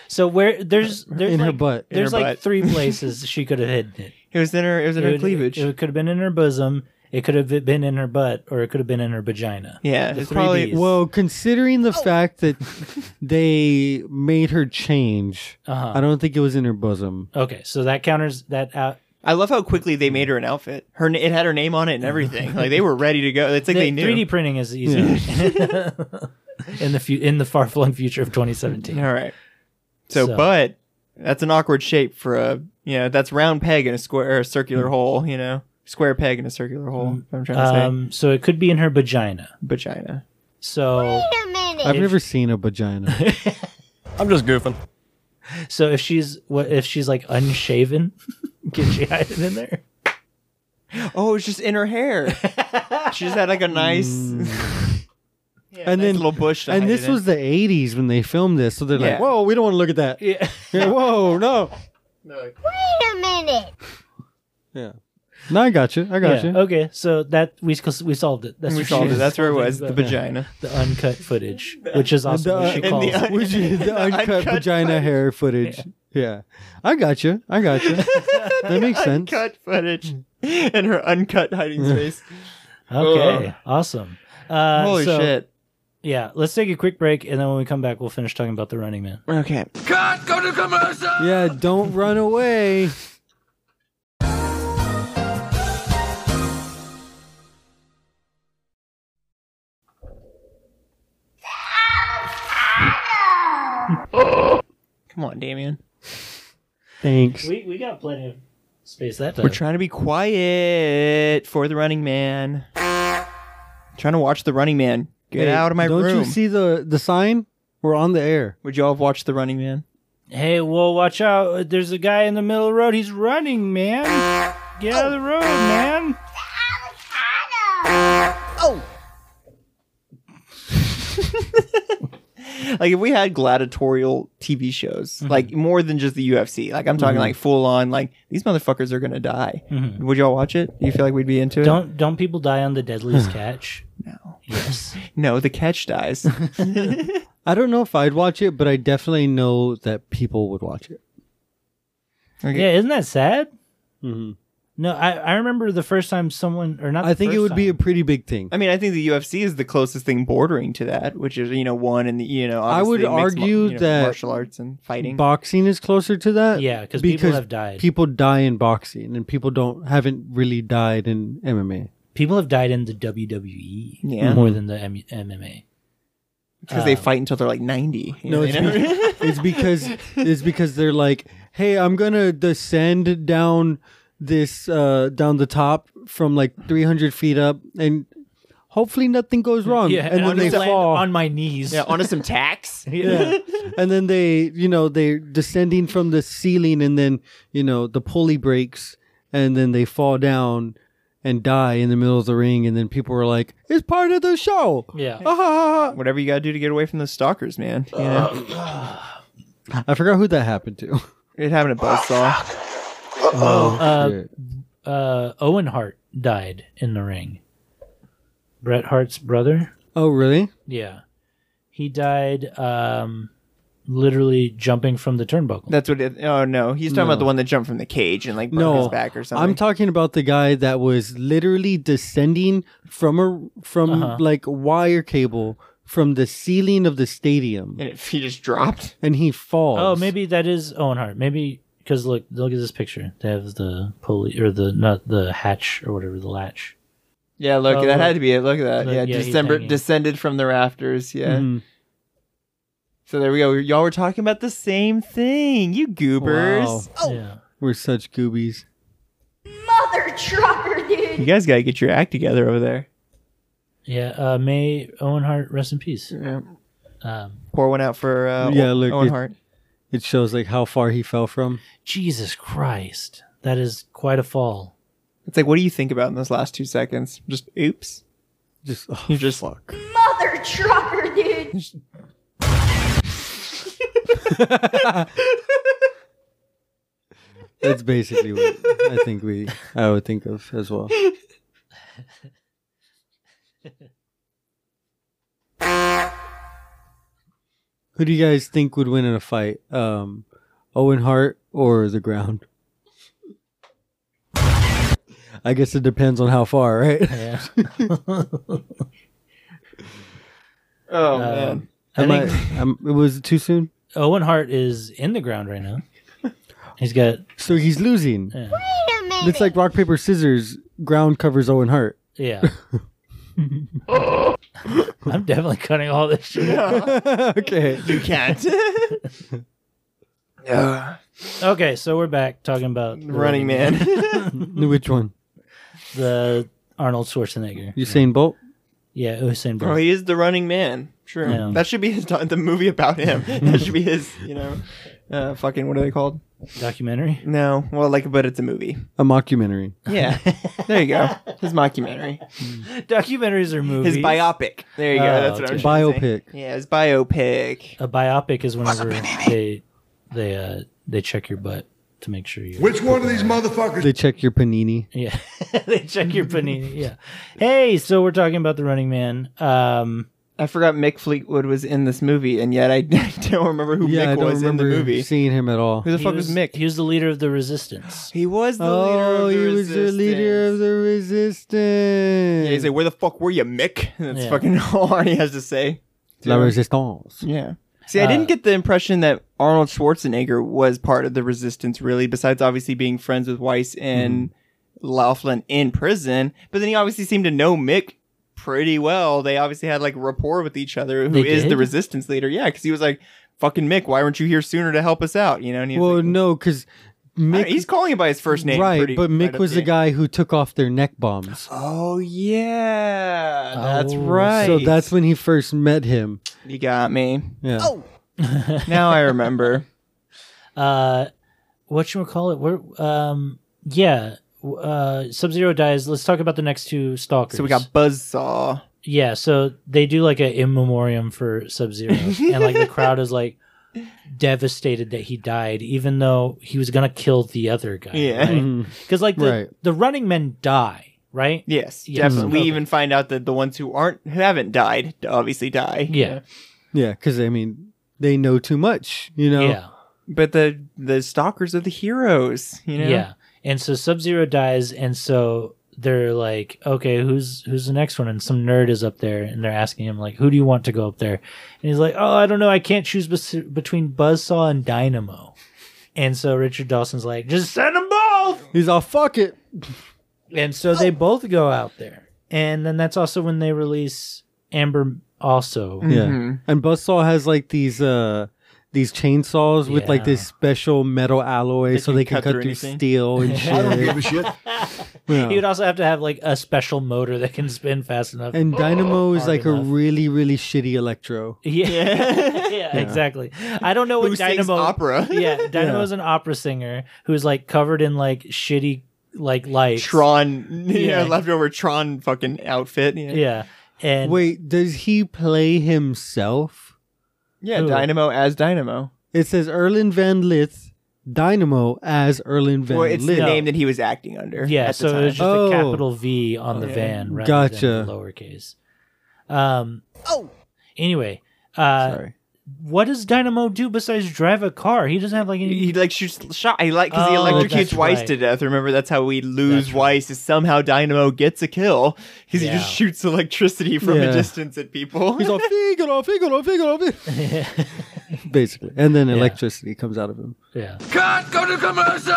So where there's there's In her like, butt. There's her like butt. three places she could have hidden it. It was in her. It was in it her would- cleavage. It, could have been in her bosom. It could have been in her butt, or it could have been in her vagina. yeah, the it's three probably Bs. Well, considering the Oh. fact that they made her change, Uh-huh. I don't think it was in her bosom. Okay, so that counters that out. I love how quickly they made her an outfit. Her it had her name on it and everything. Like they were ready to go. It's like The they knew. 3D printing is easier in the fu- in the far flung future of 2017. All right. So, So- but that's an awkward shape for a you know that's round peg in a square or a circular hole. You know, square peg in a circular hole. if I'm trying to say Um, so it could be in her vagina. vagina. So Wait a Oh. minute. I've never seen a vagina. I'm just goofing. So if she's what if she's like unshaven, can she hide it in there? Oh, it's just in her hair. she just had like a nice and nice then little bush. to and hide this it in. was the 80s when they filmed this so they're Yeah. like whoa we don't want to look at that Yeah. Yeah, whoa no Wait a minute. no i got you i got you Okay. So that we s- we solved it. That's we what solved she it. That's where it solving was. The vagina. the uncut footage, which is also what she and the calls. un- Which is the uncut, uncut vagina hair footage yeah. i got you i got you that makes sense Uncut footage and her uncut hiding space. okay. Awesome. Uh, Holy so, shit. Yeah. Let's take a quick break, and then when we come back, we'll finish talking about the Running Man. Okay. Cut! Go to commercial! yeah don't run away Come on, Damien. thanks We we got plenty of space that time. We're trying to be quiet for the Running Man. trying to watch the Running Man. Get Hey, out of my don't room. you see the the sign We're on the air. Would y'all have watched The Running Man? Hey, well, watch out. There's a guy in the middle of the road. He's running, man. Get out of the road, man. Like if we had gladiatorial TV shows, Mm-hmm. like more than just the UFC. Like I'm talking like full on. Like these motherfuckers are gonna die. Mm-hmm. Would y'all watch it? Do you feel like we'd be into it? Don't don't people die on the deadliest catch? No. Yes. No, the catch dies. I don't know if I'd watch it, but I definitely know that people would watch it. Yeah, isn't that sad? hmm Mm-hmm. No, I, I remember the first time someone or not. I the think it first would be a time. pretty big thing. I mean, I think the UFC is the closest thing bordering to that, which is you know one and the you know I would obviously mixed mar- argue you know, that martial arts and fighting. Boxing is closer to that. Yeah, 'cause people have died. People die in boxing, and people don't haven't really died in MMA. people have died in the WWE Yeah. more than the M- MMA. because they fight until they're like 90. you No, know, it's, they never- be- it's because it's because they're like, hey, I'm gonna descend down this uh down the top from like 300 feet up, and hopefully nothing goes wrong. and then I'm they gonna land fall on my knees. yeah, onto some tacks. yeah. And then they, you know, they're descending from the ceiling and then, you know, the pulley breaks and then they fall down and die in the middle of the ring. And then people are like, it's part of the show. Yeah. Ah. Whatever you gotta do to get away from those stalkers, man. You know? I forgot who that happened to. It happened at Buzzsaw. Oh, Uh, shit. uh, Owen Hart died in the ring. Bret Hart's brother. oh, really? Yeah, he died um, literally jumping from the turnbuckle. That's what it. Oh no, he's talking about the one that jumped from the cage and like broke No, his back or something. I'm talking about the guy that was literally descending from a from Uh-huh. like wire cable from the ceiling of the stadium, and if he just dropped. and he falls. oh, maybe that is Owen Hart. Maybe because look, look at this picture. They have the pulley or the not the hatch or whatever the latch. Yeah, look, Oh, that look. had to be it. Look at that. Look, yeah, Mm-hmm. yeah, he's December hanging. descended from the rafters. Yeah. Mhm. Mm. So there we go. Y'all were talking about the same thing. You goobers. Wow. Yeah. We're such goobies. Mother trucker, dude. You guys got to get your act together over there. Yeah, uh, may Owen Hart rest in peace. Yeah. Um, Pour one out for uh, Yeah, Owen- look, Owen it- Hart. It shows like how far he fell from. Jesus Christ, that is quite a fall. It's like, what do you think about in those last two seconds? Just oops. Just oh, You just fuck. Mother trucker, dude. That's basically what I think we I would think of as well. Who do you guys think would win in a fight? Um, Owen Hart or the ground? I guess it depends on how far, right? Yeah. Oh man. Am I, am- was it too soon? Owen Hart is in the ground right now. He's got So he's losing. yeah, Wait a minute. It's like rock paper scissors. Ground covers Owen Hart. yeah. I'm definitely cutting all this shit. out. okay. You can't. Ugh. Okay, so we're back talking about the- running man. Which one? the Arnold Schwarzenegger. Usain Bolt. Yeah, Usain Bro, Bolt. he is the running man. Sure. Yeah. That should be his the movie about him. that should be his, you know, uh, fucking what are they called? documentary. No. Well, like but it's a movie. A mockumentary. Yeah. there you go. His mockumentary. Documentaries are movies. His biopic. There you go. Oh, That's what I'm okay. trying to say. Biopic. Yeah, his biopic. A biopic is whenever they they uh they check your butt to make sure you. Which one of these motherfuckers? They check your panini. Yeah, they check your panini. Yeah. Hey, so we're talking about the Running Man. Um, I forgot Mick Fleetwood was in this movie, and yet I don't remember who yeah, I Mick don't was in the remember movie. seeing him at all. Who the he fuck was, Mick? He was the leader of the resistance. He was the leader Oh, of the he was resistance. the leader of the resistance. Yeah, he's like, where the fuck were you, Mick? And that's Yeah. fucking all Arnie has to say. La resistance. Yeah. See, I Uh, didn't get the impression that Arnold Schwarzenegger was part of the resistance, really, besides obviously being friends with Weiss and Laughlin in prison. But then he obviously seemed to know Mick pretty well. They obviously had like rapport with each other, Who is They the did? resistance leader. Yeah, because he was like, fucking Mick, why weren't you here sooner to help us out? You know, and he was Well, like, no, because Mick, he's calling him by his first name. right, pretty but Mick right up was the there. guy who took off their neck bombs. Oh yeah, that's Oh, right. So that's when he first met him. you got me. Yeah. Oh. Now I remember. uh what you call it we're um yeah w- uh sub-zero dies let's talk about the next two stalkers so we got Buzzsaw. yeah so they do like a in memoriam for sub-zero and like the crowd is like devastated that he died even though he was gonna kill the other guy Yeah. because like the, Right. the running men die right Yes, Yes. definitely. Okay. We even find out that the ones who aren't who haven't died obviously die. yeah Yeah, because I mean, they know too much, you know. yeah But the the stalkers are the heroes. You know. Yeah. And so Sub Zero dies, and so they're like, okay, who's who's the next one? And some nerd is up there, and they're asking him like, who do you want to go up there? And he's like, oh, I don't know, I can't choose bes- between Buzzsaw and Dynamo. And so Richard Dawson's like, just send them both. He's all fuck it. And so they both go out there, and then that's also when they release Amber. Also, Mm-hmm. Yeah. And Buzzsaw has like these uh these chainsaws with like Yeah. this special metal alloy so can they can cut cut, through through anything. steel and I don't shit. give a shit. Yeah. he would also have to have like a special motor that can spin fast enough. And Dynamo is hard like enough. a really, really shitty electro. Yeah. yeah, exactly. I don't know what Who sings Dynamo opera. yeah, Dynamo's an opera singer who's like covered in like shitty like lights. Tron, yeah, Yeah. leftover Tron fucking outfit. Yeah, Yeah. And Wait, does he play himself? Yeah, Who? Dynamo as Dynamo. It says Erlen van Lith, Dynamo as Erlen van Well, it's Lith. the No. name that he was acting under. yeah, at so the it was just time. Oh. a capital V on the Okay. van rather Gotcha. than the lowercase. Um Oh. Anyway, uh Sorry. what does Dynamo do besides drive a car? He doesn't have like any he like shoots shot. He like because he Oh, electrocutes that's Weiss right. to death. Remember that's how we That's lose right. Weiss is somehow Dynamo gets a kill because he just Yeah. shoots electricity from Yeah. a distance at people. He's all Figaro, Figaro, Figaro, Figaro. Basically. And then electricity comes out of him. Yeah. Cut! Go to commercial!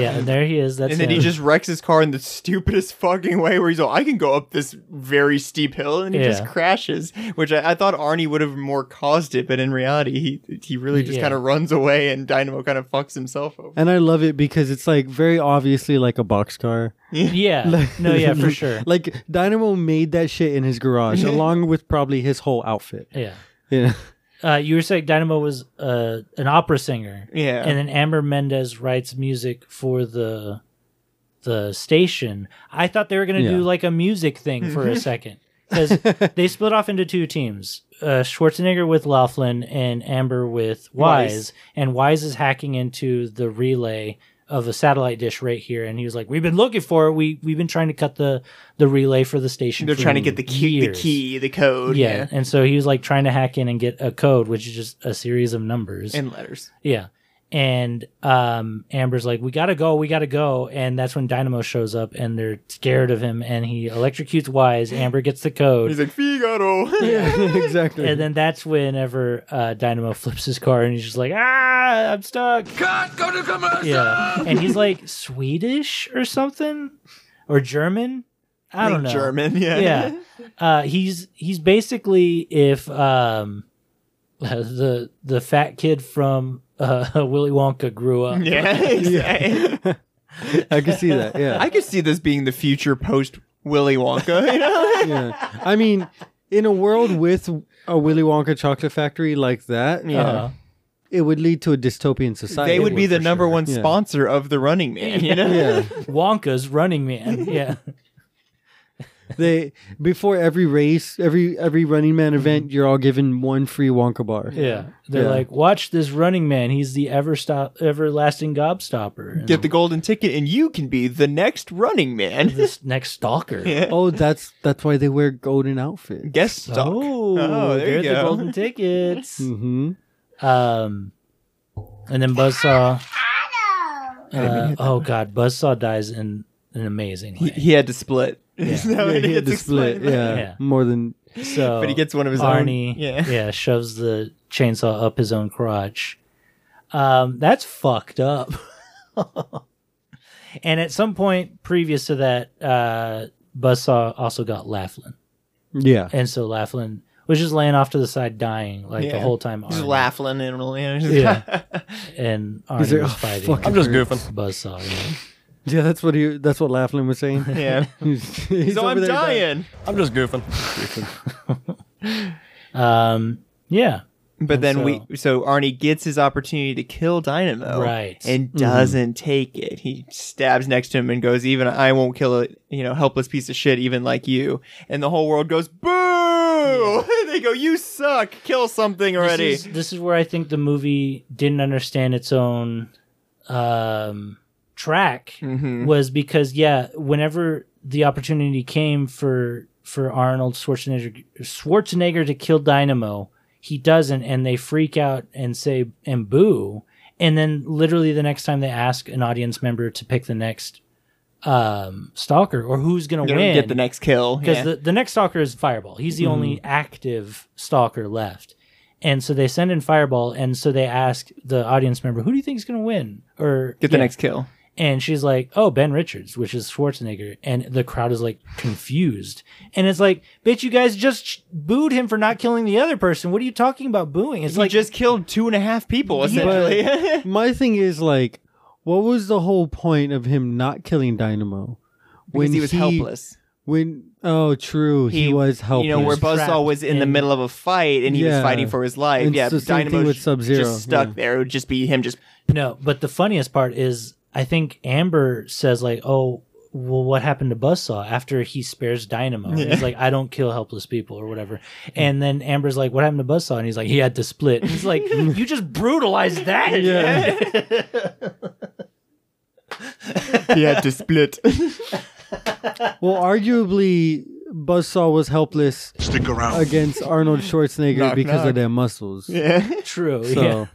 Yeah, and there he is. That's and then he him. just wrecks his car in the stupidest fucking way where he's all, I can go up this very steep hill, and he just Yeah. crashes, which I, I thought Arnie would have more caused it, but in reality, he he really just Yeah. kind of runs away, and Dynamo kind of fucks himself over. And I love it because it's like very obviously like a boxcar. Yeah. No, yeah, for sure. Like Dynamo made that shit in his garage along with probably his whole outfit. Yeah. Yeah. Uh, you were saying Dynamo was uh, an opera singer. Yeah. And then Amber Mendez writes music for the the station. I thought they were going to Yeah. do like a music thing for a second because they split off into two teams. Uh, Schwarzenegger with Laughlin and Amber with Wise. Wise. And Wise is hacking into the relay of a satellite dish right here. And he was like, we've been looking for it. We, we've been trying to cut the, the relay for the station. They're for trying to get the key, the years." key, the code, Yeah. And so he was like trying to hack in and get a code, which is just a series of numbers. and letters. yeah. And um, Amber's like, we got to go. We got to go. And that's when Dynamo shows up and they're scared of him and he electrocutes Wise. Amber gets the He's code. like Figaro. exactly. And then that's whenever uh, Dynamo flips his car and he's just like, ah, I'm stuck. Cut! Go to commercial! Yeah. And he's like Swedish or something or German. I don't know. German. Yeah, yeah. Uh, he's he's basically if um, the the fat kid from uh, Willy Wonka grew up. yeah. exactly. I can see that. Yeah. I could see this being the future post Willy Wonka. You know? yeah. I mean, in a world with a Willy Wonka chocolate factory like that, Yeah. Uh, it would lead to a dystopian society. they would be the for number sure. one Yeah. sponsor of the Running Man. You know. Yeah. Wonka's Running Man. Yeah, They before every race, every every running man Mm-hmm. event, you're all given one free Wonka bar. yeah. They're Yeah. like, watch this Running Man. He's the ever stop, everlasting gobstopper. And Get the golden ticket, and you can be the next Running Man. this next stalker. Oh, that's that's why they wear golden outfits. Guest star. Oh, Oh, there there you are the go. golden tickets. Mm-hmm. um, and then Buzzsaw. Hello. Uh, oh God, Buzzsaw dies in an amazing He, way. he had to split. Yeah. he had to split. Yeah, Yeah. more than So, But he gets one of his Arnie. own. Yeah. shoves the chainsaw up his own crotch. Um, that's fucked up. and at some point previous to that, uh, Buzzsaw also got Laughlin, yeah. and so Laughlin was just laying off to the side, dying like the Yeah. whole time. Just Arnie- laughing and you know, just- Yeah. and Arnie He's like, was "Oh, fighting. fuck, I'm just goofing. Buzzsaw. yeah. Yeah, that's what he. That's what Laughlin was saying. yeah. He's- he's so I'm over there dying. I'm just goofing. Um, yeah. But then so- we so Arnie gets his opportunity to kill Dynamo, Right. And doesn't take it. He stabs next to him and goes, "Even I won't kill a you know helpless piece of shit, even like you." And the whole world goes, "Boo!" they go, "You suck! Kill something already!" This is, this is where I think the movie didn't understand its own um, track Mm-hmm. was because yeah, whenever the opportunity came for for Arnold Schwarzenegger Schwarzenegger to kill Dynamo, he doesn't, and they freak out and say and boo, and then literally the next time they ask an audience member to pick the next um stalker or who's gonna They don't win get the next kill because yeah. Mm-hmm. the, the next stalker is Fireball. He's the only active stalker left. And so they send in Fireball, and so they ask the audience member, "Who do you think is going to win?" Or get the yeah. next kill. And she's like, "Oh, Ben Richards," which is Schwarzenegger, and the crowd is like confused, and it's like, "Bitch, you guys just sh- booed him for not killing the other person. What are you talking about booing?" It's He like, just killed two and a half people essentially. dying. My thing is like, what was the whole point of him not killing Dynamo? because he was helpless. When oh, true, he, was helpless. You know, where Buzzsaw trapped was in the in- middle of a fight and he was Yeah. fighting for his life. It's yeah, the same thing Dynamo's with Sub-Zero, just stuck yeah. there. It would just be him just No, but the funniest part is I think Amber says like, "Oh, well, what happened to Buzzsaw after he spares Dynamo?" And he's like, "I don't kill helpless people or whatever." Mm. And then Amber's like, "What happened to Buzzsaw?" And he's like, "He had to split." And he's like, "You just brutalized that." Yeah. he had to split. well, arguably, Buzzsaw was helpless Stick around. against Arnold Schwarzenegger Knock, because knock. of their muscles. True. So Yeah.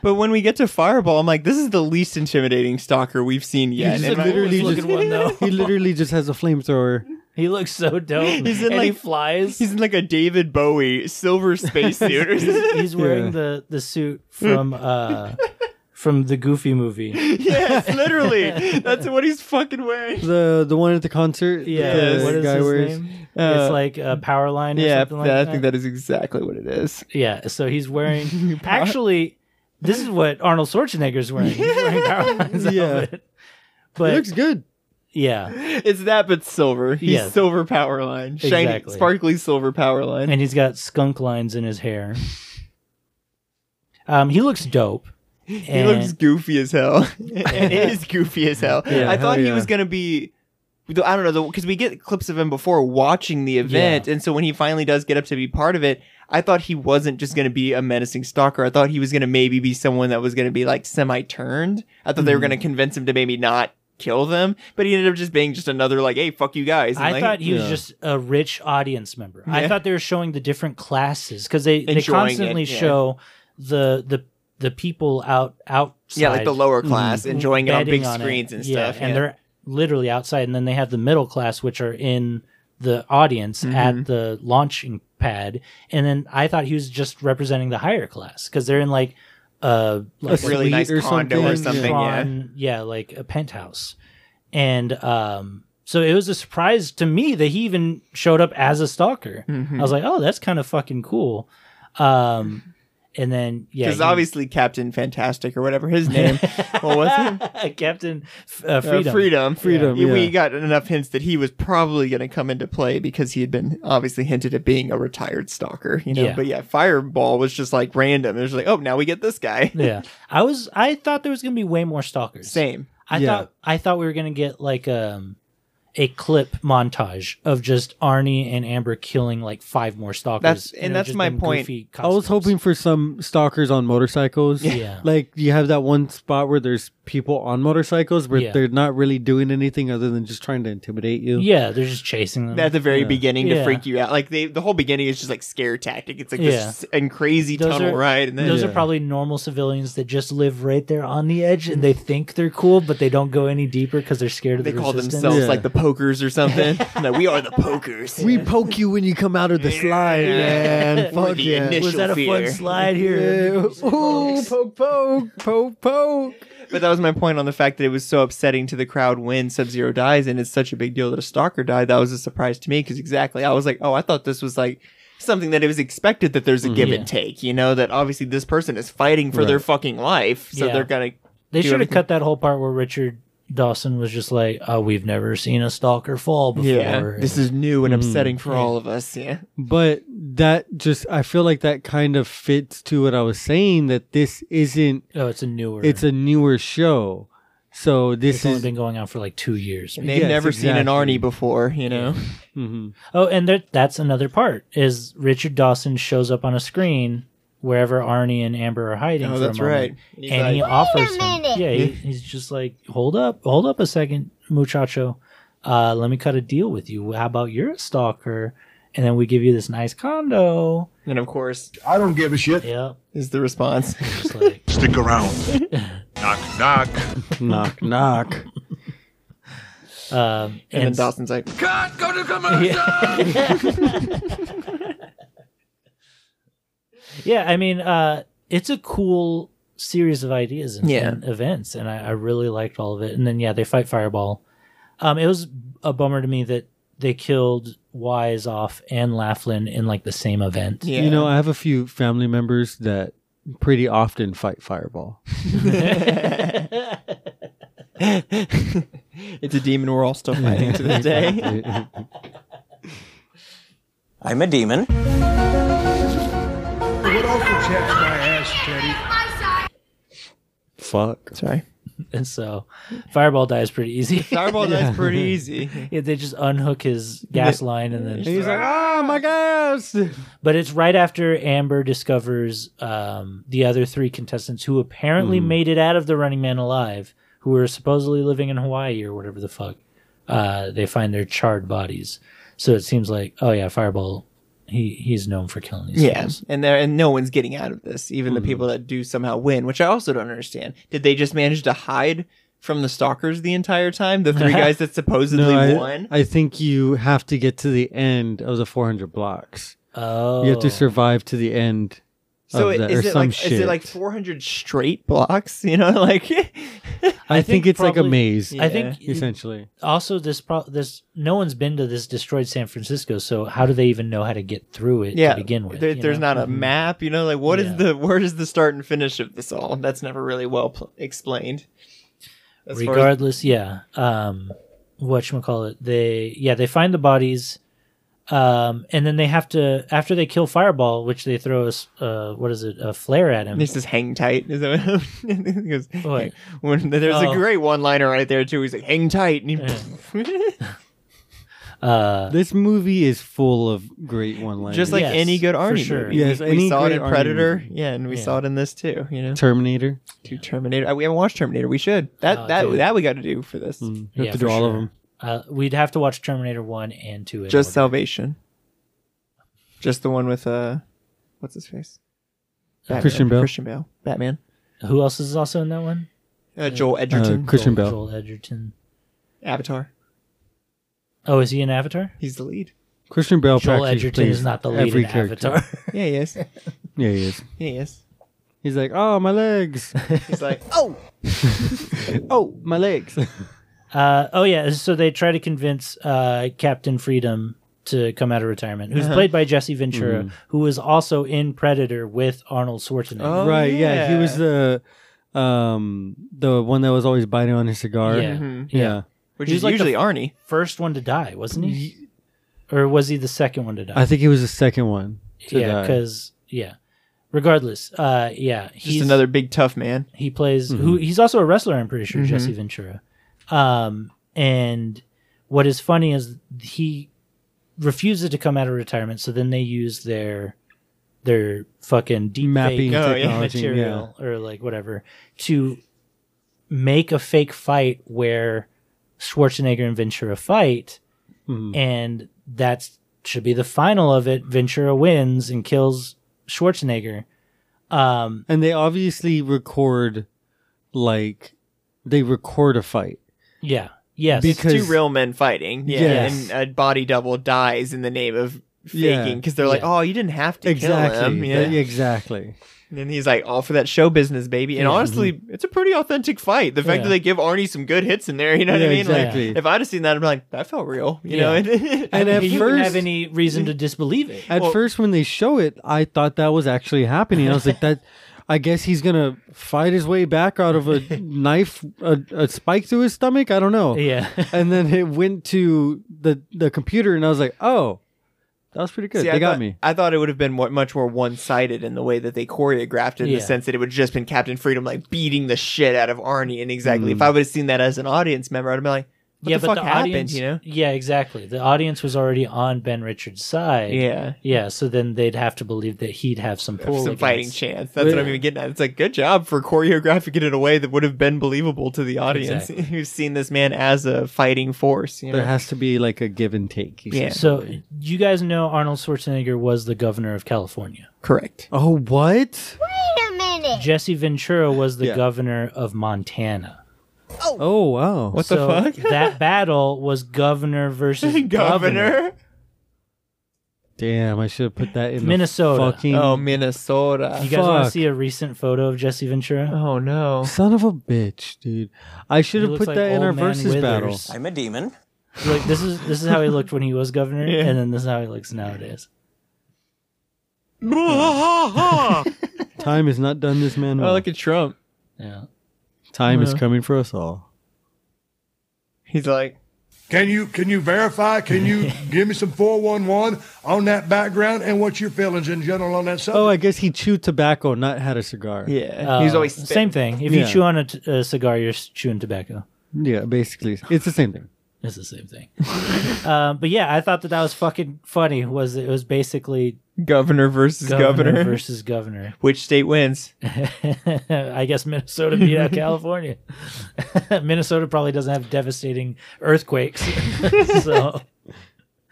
But when we get to Fireball, I'm like, this is the least intimidating stalker we've seen yet. just And my- literally Looking just one, though. he literally just has a flamethrower. He looks so dope. He's in, and he like- flies. he's in like a David Bowie silver spacesuit. or something. He's wearing Yeah. the the suit from uh from the Goofy movie. yes, literally. That's what he's fucking wearing. The the one at the concert. Yeah. the what is guy his wears. name? Uh, it's like a power line or Yeah, something like I that. think that is exactly what it is. Yeah, so he's wearing. actually, this is what Arnold Schwarzenegger's wearing. He's wearing Power Lines Yeah. outfit. It But looks good. yeah, It's that, but silver. He's Yes. silver power line, shiny, Exactly. sparkly silver power line. and he's got skunk lines in his hair. Um, he looks dope. He And looks goofy as hell. it is goofy as hell. Yeah, I thought hell he yeah. was gonna be. I don't know because we get clips of him before watching the event, and so when he finally does get up to be part of it, I thought he wasn't just gonna be a menacing stalker. I thought he was gonna maybe be someone that was gonna be like semi turned. I thought they were gonna convince him to maybe not kill them, but he ended up just being just another like, "Hey, fuck you guys." and, I like, thought he was Yeah. just a rich audience member. I Yeah. thought they were showing the different classes because they, they Enjoying it, constantly yeah. show the the the people out outside. yeah, like the lower class enjoying it on betting big on it. screens and Yeah, stuff. And yeah. they're literally outside, and then they have the middle class, which are in the audience Mm-hmm. at the launching pad. And then I thought he was just representing the higher class because they're in like a like Like, really suite nice or condo or something, something. Yeah. on- yeah. like a penthouse. And um, so it was a surprise to me that he even showed up as a stalker. Mm-hmm. I was like, oh, that's kind of fucking cool. Um, and then yeah, Because he- obviously Captain Fantastic or whatever his name, well, what's him? Captain uh, Uh, Freedom. freedom, Freedom, We- We yeah. got enough hints that he was probably going to come into play because he had been obviously hinted at being a retired stalker, you know. Yeah. But yeah, Fireball was just like random. It was like, oh, now we get this guy. yeah, I was. I thought there was gonna be way more stalkers. Same. I Yeah. thought. I thought we were gonna get like um a clip montage of just Arnie and Amber killing like five more stalkers. That's- and it'd that's just my been point. goofy I was costumes. hoping for some stalkers on motorcycles. Yeah. Like you have that one spot where there's people on motorcycles where Yeah. they're not really doing anything other than just trying to intimidate you. Yeah, they're just chasing them. At the very beginning to Yeah. freak you out, like they, the whole beginning is just like scare tactic. It's like Yeah. this and crazy Those tunnel are- ride, and then Those are Yeah. probably normal civilians that just live right there on the edge, and they think they're cool, but they don't go any deeper because they're scared of they the call resistance. themselves Yeah. like the Pokers or something. like we are the Pokers. We poke you when you come out of the slide, man. We're Fuck the yeah. initial Was that a fear. fun slide here? Yeah. Ooh, poke, poke, poke, poke. But that was my point on the fact that it was so upsetting to the crowd when Sub Zero dies, and it's such a big deal that a stalker died. That was a surprise to me because exactly, I was like, oh, I thought this was like something that it was expected that there's a give Yeah. and take. You know that obviously this person is fighting for their fucking life, so Yeah. they're gonna. They do should have everything- cut that whole part where Richard Dawson was just like, "Oh, we've never seen a stalker fall before." Yeah, this is new and upsetting for all of us. Yeah, But that just, I feel like that kind of fits to what I was saying that this isn't, oh, it's a newer. it's a newer show. So It's this only is, been going on for like two years. and they've Yes, never seen an exactly. Arnie before. You know, Oh, and that that's another part is Richard Dawson shows up on a screen wherever Arnie and Amber are hiding. Oh, for a that's moment, right. He's and he like, offers "Wait a him. minute." Yeah, he, he's just like, hold up, hold up a second, muchacho. Uh, let me cut a deal with you. How about you're a stalker, and then we give you this nice condo. and of course I don't give a shit. Yep. is the response. Just like, Stick around. knock, knock. knock, knock. um, And, then and Dawson's like, Cut! Go to commercial! yeah, I mean, uh, it's a cool series of ideas and, Yeah. and events, and I, I really liked all of it. And then yeah, they fight Fireball. Um, it was a bummer to me that they killed Wise off and Laughlin in like the same event. yeah. You know, I have a few family members that pretty often fight Fireball. it's a demon we're all still fighting to this day. I'm a demon. What else protects my ass, Teddy? My side. Fuck. Sorry. And so Fireball dies pretty easy. Fireball dies pretty easy. yeah, they just unhook his gas line and then He's like, ah, my gas. but it's right after Amber discovers um, the other three contestants who apparently Mm-hmm. made it out of the Running Man alive, who were supposedly living in Hawaii or whatever the fuck. Uh, they find their charred bodies, so it seems like oh yeah, Fireball, he he's known for killing these. Yeah, fools. and there and no one's getting out of this. Even Hmm. the people that do somehow win, which I also don't understand. Did they just manage to hide from the stalkers the entire time? The three guys that supposedly No, I, won. I think you have to get to the end of the 400 blocks. oh, You have to survive to the end. so of it- that, is or it some like shit. is it like four hundred straight blocks? You know, like I, think, think it's like a probably- maze. I think essentially. also this pro- this no one's been to this destroyed San Francisco, so how do they even know how to get through it yeah. to begin with? there- you there's know? Mm-hmm. not a map. You know, like what is Yeah. the where is the start and finish of this all? That's never really well pl- explained. As far as- regardless yeah um what you call it they yeah they find the bodies um and then they have to after they kill fireball which they throw a s- uh what is it a flare at him And This is hang tight. Is that what he goes, What? When, there's Oh. a great one liner right there too. He's like, hang tight. And he, This movie is full of great one-liners. just like Yes, any good for Arnie sure. movie. Yes, we, any we saw it great in Arnie Predator. movie. Yeah, and we Yeah. saw it in this too, you know. Terminator. Two Terminator. I- We haven't watched Terminator. We should. That Oh, that dude. that we got to do for this. You have Yeah, to do for all of sure. them. uh we'd have to watch terminator 1 and 2 in Just order. Salvation. Just the one with uh what's his face? Batman. Christian Bale. Christian Bale. Batman. who else is also in that one Uh, Joel Uh, Edgerton. Christian Bell. joel edgerton Avatar. oh is he in avatar He's the lead. Christian Bell. joel practically edgerton is plays not the lead every in character. avatar Yeah, he is. Yeah, Yeah, he is. he is. He's like, oh, my legs. He's like, oh, oh, my legs. Uh, oh yeah, so they try to convince uh, Captain Freedom to come out of retirement, Uh-huh. who's played by Jesse Ventura, Mm-hmm. who was also in Predator with Arnold Schwarzenegger. Oh, right. Yeah. he was yeah. the um the one that was always biting on his cigar. Yeah. yeah. Mhm. which He's is like the usually Arnie. First one to die, wasn't he? Or was he the second one to die? I think he was the second one. to yeah, die. because yeah. Regardless, uh, yeah, Just he's another big tough man. He plays Mm-hmm. who he's also a wrestler, I'm pretty sure, Jesse Ventura. Um, and what is funny is he refuses to come out of retirement, so then they use their their fucking deep Mapping fake Oh, yeah. technology. yeah. material or like whatever to make a fake fight where Schwarzenegger and Ventura fight, Mm-hmm. and that's should be the final of it. Ventura wins and kills Schwarzenegger. Um, And they obviously record like they record a fight. yeah, yes, Because- two real men fighting. Yeah, Yes. and a body double dies in the name of Yeah. faking because they're like, Yeah. "Oh, you didn't have to Exactly. kill him." Yeah. That- exactly. And then he's like, all for that show business, baby. And honestly, it's a pretty authentic fight. The fact Yeah. that they give Arnie some good hits in there, you know what Yeah, I mean? Like, exactly. if I'd have seen that, I'd be like, that felt real, you know? Yeah. And, And at you wouldn't have first, any reason to disbelieve it. at well- first when they show it, I thought that was actually happening. I was like, that. I guess he's gonna fight his way back out of a knife, a, a spike to his stomach. I don't know. Yeah. And then it went to the the computer, and I was like, oh, that was pretty good. See, they I got thought, me. I thought it would have been mo- much more one sided in the way that they choreographed it, in Yeah. the sense that it would have just been Captain Freedom like beating the shit out of Arnie. And exactly, Mm. if I would have seen that as an audience member, I'd have been like, what yeah, the but fuck the happened, audience, you know? yeah, exactly. The audience was already on Ben Richards' side. Yeah. yeah. So then they'd have to believe that he'd have some pull, some against- fighting chance. That's what I'm Yeah. even getting at. It's like good job for choreographing it in a way that would have been believable to the audience Exactly. who's seen this man as a fighting force. You know? There has to be like a give and take. you see. Yeah. So you guys know Arnold Schwarzenegger was the governor of California. Correct. Oh, what? Wait a minute. Jesse Ventura was the Yeah. governor of Montana. Oh, wow. What so the fuck? that battle was governor versus governor? governor. Damn, I should have put that in the Minnesota. Fucking Oh, Minnesota. You guys want to Fuck. see a recent photo of Jesse Ventura? oh no. son of a bitch, dude. I should He have looks put like that in old our man versus battle. Withers. I'm a demon. Like this is this is how he looked when he was governor, Yeah. and then this is how he looks nowadays. Time has not done this man. Oh, Well. look at Trump. Yeah. Time is coming for us all. He's like, Can you can you verify? Can you give me some four one one on that background and what's your feelings in general on that Oh, subject? I guess he chewed tobacco, not had a cigar. yeah. He's Uh, always same thing. If you Yeah. chew on a, t- a cigar, you're s- chewing tobacco. Yeah, basically, it's the same thing. It's the same thing. um, but yeah, I thought that that was fucking funny. Was it was basically Governor versus governor, governor. versus governor. Which state wins? I guess Minnesota beat out California. Minnesota probably doesn't have devastating earthquakes, so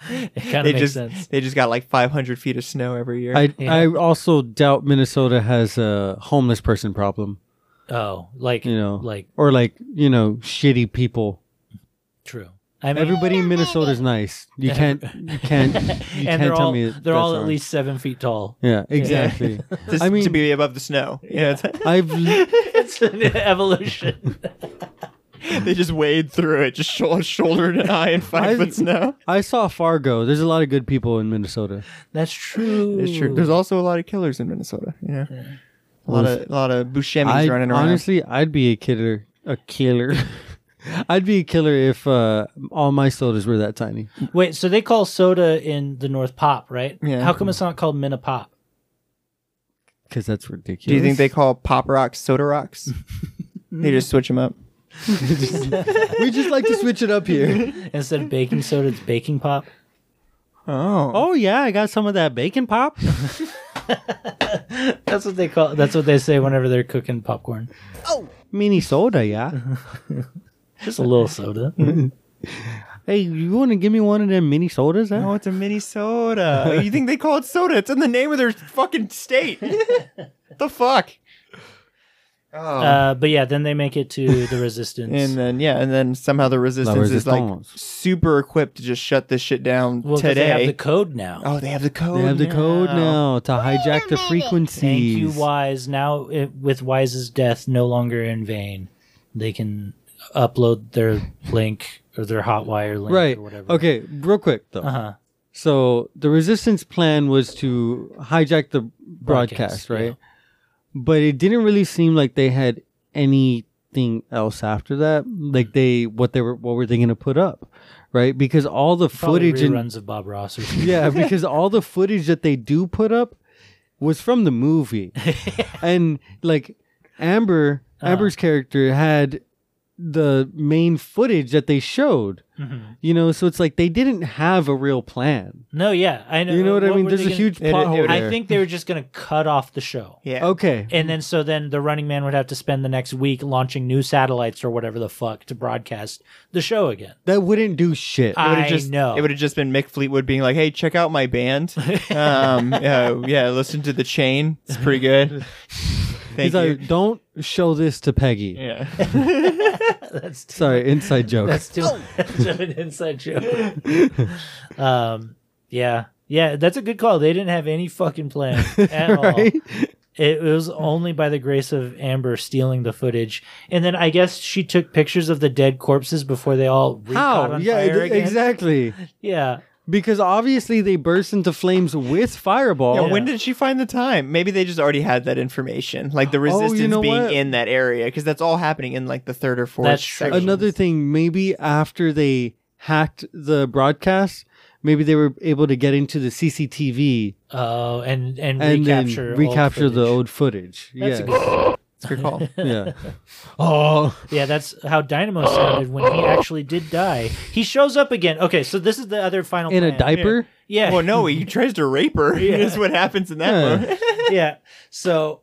it kind They of makes just sense. they just got like 500 feet of snow every year. I Yeah. I also doubt Minnesota has a homeless person problem. Oh, like You know, like or like you know, shitty people. true. I mean, Everybody in Minnesota is nice. You can't you can't you and can't they're tell all me they're that all that's at wrong. least seven feet tall. yeah exactly. Just I mean, to be above the snow. Yeah. it's- I've li- It's an evolution. they just wade through it, just shoulder, shoulder and eye and 5 I've- foot snow. I saw Fargo. There's a lot of good people in Minnesota. That's true. It's true. There's also a lot of killers in Minnesota. You know, a lot of a lot of Buscemi's I running around. honestly, I'd be a killer. A killer. I'd be a killer if uh, all my sodas were that tiny. Wait, so they call soda in the North pop, right? Yeah. How come it's not called Minna Pop? Because that's ridiculous. Do you think they call pop rocks soda rocks? they just switch them up. we just like to switch it up here? Instead of baking soda, it's baking pop. Oh, oh yeah, I got some of that bacon pop. That's what they call. That's what they say whenever they're cooking popcorn. Mini soda, yeah. Just a little soda. Hey, you want to give me one of them mini sodas? oh, Huh? it's a Minnesota. you think they call it soda? It's in the name of their fucking state. the fuck. Oh. Uh, but yeah, then they make it to the resistance. And then yeah, and then somehow the resistance, is like Resistance. super equipped to just shut this shit down well, 'cause today. they have the code now. oh, they have the code. They have the code now. now to hijack the frequencies. Thank you, Wise. Now, it, with Wise's death no longer in vain, they can upload their link or their Hotwire link Right. or whatever. Okay, real quick though. Uh-huh. So the resistance plan was to hijack the broadcast, Broadcast, yeah. right? But it didn't really seem like they had anything else after that. Hmm. Like they what they were what were they going to put up, right? Because all the Probably footage and reruns of Bob Ross or something. yeah, because all the footage that they do put up was from the movie, and like Amber, Uh-huh. Amber's character had the main footage that they showed. Mm-hmm. You know, so it's like they didn't have a real plan. No, yeah, I know. You know what, I mean? were There's they a gonna- huge It- plot it- hole it- there. I think they were just going to cut off the show. Yeah. Okay. And then so then the running man would have to spend the next week launching new satellites or whatever the fuck to broadcast the show again. That wouldn't do shit. It would've I just, know. It would have just been Mick Fleetwood being like, "Hey, check out my band. Um, uh, yeah, listen to the chain. It's pretty good. Thank He's you." like, don't show this to Peggy. yeah. Sorry, inside joke. That's too much of an inside joke. um, yeah. Yeah, that's a good call. They didn't have any fucking plan at all. Right? It was only by the grace of Amber stealing the footage, and then I guess she took pictures of the dead corpses before they all re- caught How? on Yeah, fire it- again. exactly. Yeah, Because obviously they burst into flames with fireball. Yeah, when did she find the time? Maybe they just already had that information, like the resistance Oh, know being what? in that area, because that's all happening in like the third or fourth. That's true. section. Another thing, maybe after they hacked the broadcast, maybe they were able to get into the CCTV oh, and and, and recapture then old recapture the footage. old footage. That's a yeah. That's a good call. yeah. Oh, Yeah, that's how Dynamo sounded when he actually did die. He shows up again. Okay, so this is the other final in a plan. diaper? Yeah. well, no, he tries to rape her. Yeah. That's what happens in that Yeah. moment. yeah. So,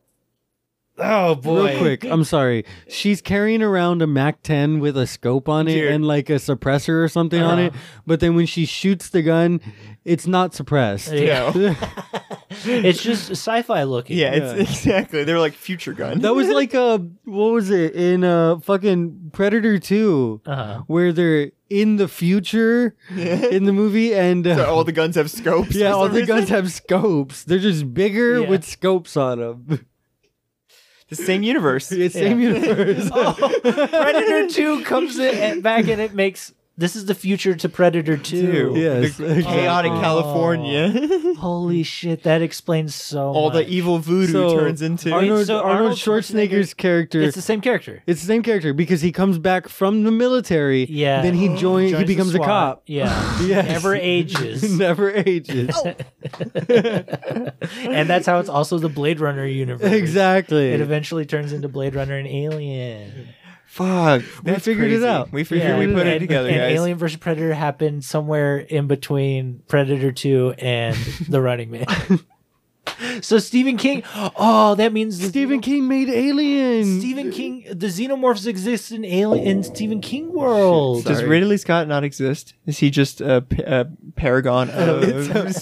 oh boy, Real quick, I'm sorry. She's carrying around a Mac 10 with a scope on it Dude. and like a suppressor or something Uh-huh. on it. But then when she shoots the gun, it's not suppressed. Yeah. No. it's just sci-fi looking. Yeah, it's exactly. They're like future gun. That was like a what was it in uh fucking Predator Two, Uh-huh. where they're in the future in the movie, and uh, So all the guns have scopes. yeah, for all some the reason. guns have scopes. They're just bigger Yeah. with scopes on them. The same universe. It's same universe. Oh, Predator Two comes in, back and it makes this is the future to Predator Two. Ew. Yes. The chaotic Oh. California. Holy shit, that explains so all the much. evil voodoo So, turns into. Wait, Arnold, so Arnold Arnold Schwarzenegger's character. it's It's, the same character. the same character because he comes back from the military. Yeah. Then he joins. Joins He the becomes a SWAT. cop. Yeah. Yes. Never ages. Never ages. and that's how it's also the Blade Runner universe. exactly. It eventually turns into Blade Runner and Alien. Fuck. We that's figured it crazy. out. We figured we put it and- together, And guys. Alien versus Predator happened somewhere in between Predator 2 and The Running Man. so Stephen King, oh, that means the Stephen King made Alien. Stephen King, the xenomorphs exist in Alien in Stephen Oh, King world. Does Ridley Scott not exist? Is he just a, p- a paragon of?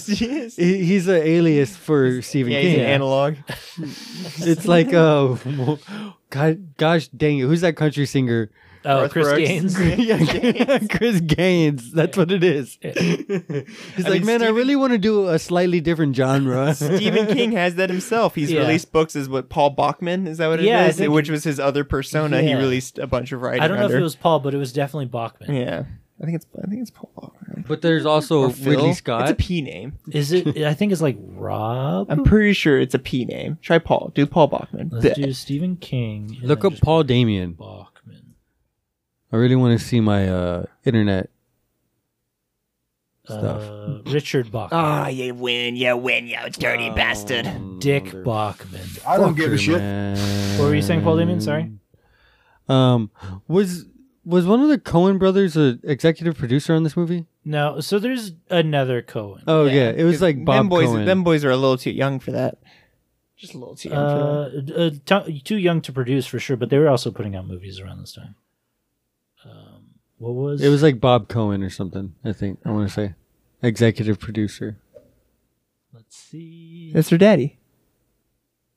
Yes. He- He's an alias for Stephen Yeah, he's King. an analog. It's like, oh, God, gosh dang it. Who's that country singer? oh, Garth Chris Brooks. Gaines. yeah, Chris Gaines. That's what it is. He's like, mean, man, I Stephen- really want to do a slightly different genre. Stephen King has that himself. He's Yeah. released books as what Paul Bachman is that what it is? Yeah, I think- which was his other persona. He Yeah. released a bunch of writing. I don't know under. if it was Paul, but it was definitely Bachman. Yeah, I think it's I think it's Paul Bachman. but there's also Or Phil. Ridley Scott. It's a P name. Is it? I think it's like Rob. I'm pretty sure it's a P name. Try Paul. Do Paul Bachman. Let's do Stephen King. and Look then up just Paul Damien. Bachman. I really want to see my uh, internet. Uh, Richard Bachman. Ah, you win, you win, you Oh. dirty bastard. Um, Dick Bachman. I don't give a Fucker, shit. man. What were you saying, Paul Damien? Sorry. Um, was was one of the Cohen brothers an executive producer on this movie? No. So there's another Cohen. Oh yeah, it was like Bob them boys, Cohen. Them boys are a little too young for that. Just a little too young for that. Uh, uh, t- too young to produce for sure, but they were also putting out movies around this time. Um, what was It was like Bob Cohen or something. I think I want to say executive producer. Let's see. That's their daddy,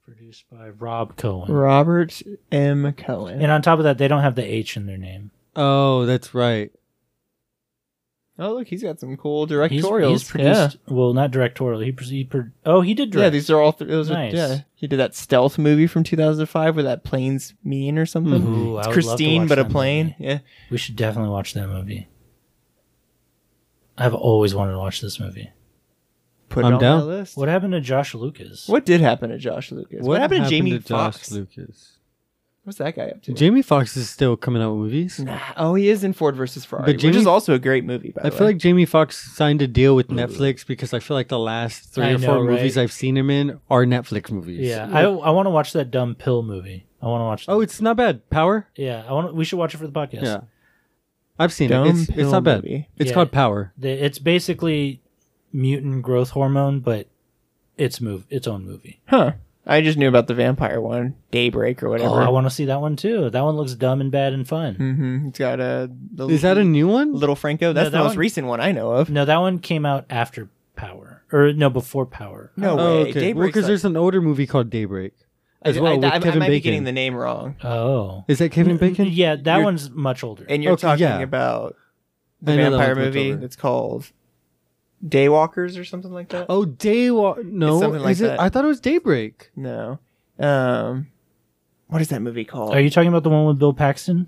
Produced by Rob Cohen. Robert M. Cohen. And on top of that, they don't have the H in their name. Oh, that's right. Oh, look, he's got some cool He's, directorials. he's produced. Well, not directorial. He, pro- he pro- Oh, he did Yeah. direct. yeah, these are all. Th- those Nice. are, yeah, he did that stealth movie from 2005 where that plane's mean or something. Ooh, I would it's love to Christine, watch but a that plane. movie. Yeah, We should definitely watch that movie. I've always wanted to watch this movie. put I'm it on down. that list. What happened to Josh Lucas? What did happen to Josh Lucas? What, happened, to Jamie Josh Foxx? Lucas? What's that guy up to? Jamie Foxx is still coming out with movies. oh, he is in Ford versus Ferrari, But Jamie- which is also a great movie. By I the feel way. like Jamie Foxx signed a deal with Netflix because I feel like the last three I or know, four right? movies I've seen him in are Netflix movies. Yeah, I, I want to watch that dumb pill movie. I want to watch. That. Oh, it's not bad. Power. yeah, I want. We should watch it for the podcast. Yeah. I've seen Dumb it. It's, it's pill not bad. movie. It's Yeah. called Power. The- it's basically mutant growth hormone, but it's move its own movie. huh? I just knew about the vampire one, Daybreak or Oh, whatever. I want to see that one too. That one looks dumb and bad and fun. hmm It's got a. The Is that a new one? Little Franco? That's No, the that most one- recent one I know of. No, that one came out after Power, or no, before Power. No Oh, way. okay. Well, Daybreak's because like- there's an older movie called Daybreak as well I, with I, I Kevin might be Bacon. getting the name wrong, Oh, Is that Kevin Bacon? yeah, that You're- one's much older. and you're Okay, talking yeah. about the I know that vampire one's much movie older. that's called Daywalkers or something like that. Oh, Daywalk. No, something like is it? that. I thought it was Daybreak. No, Um, what is that movie called? Are you talking about the one with Bill Paxton?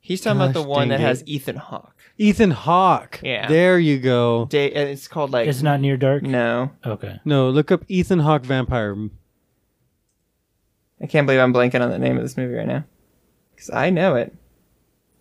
He's talking about the Gosh, one dang that it. has Ethan Hawke. Ethan Hawke. Yeah. There you go. Day, and it's called like It's not near dark. no. Okay. No, look up Ethan Hawke vampire. m- I can't believe I'm blanking on the name of this movie right now because I know it,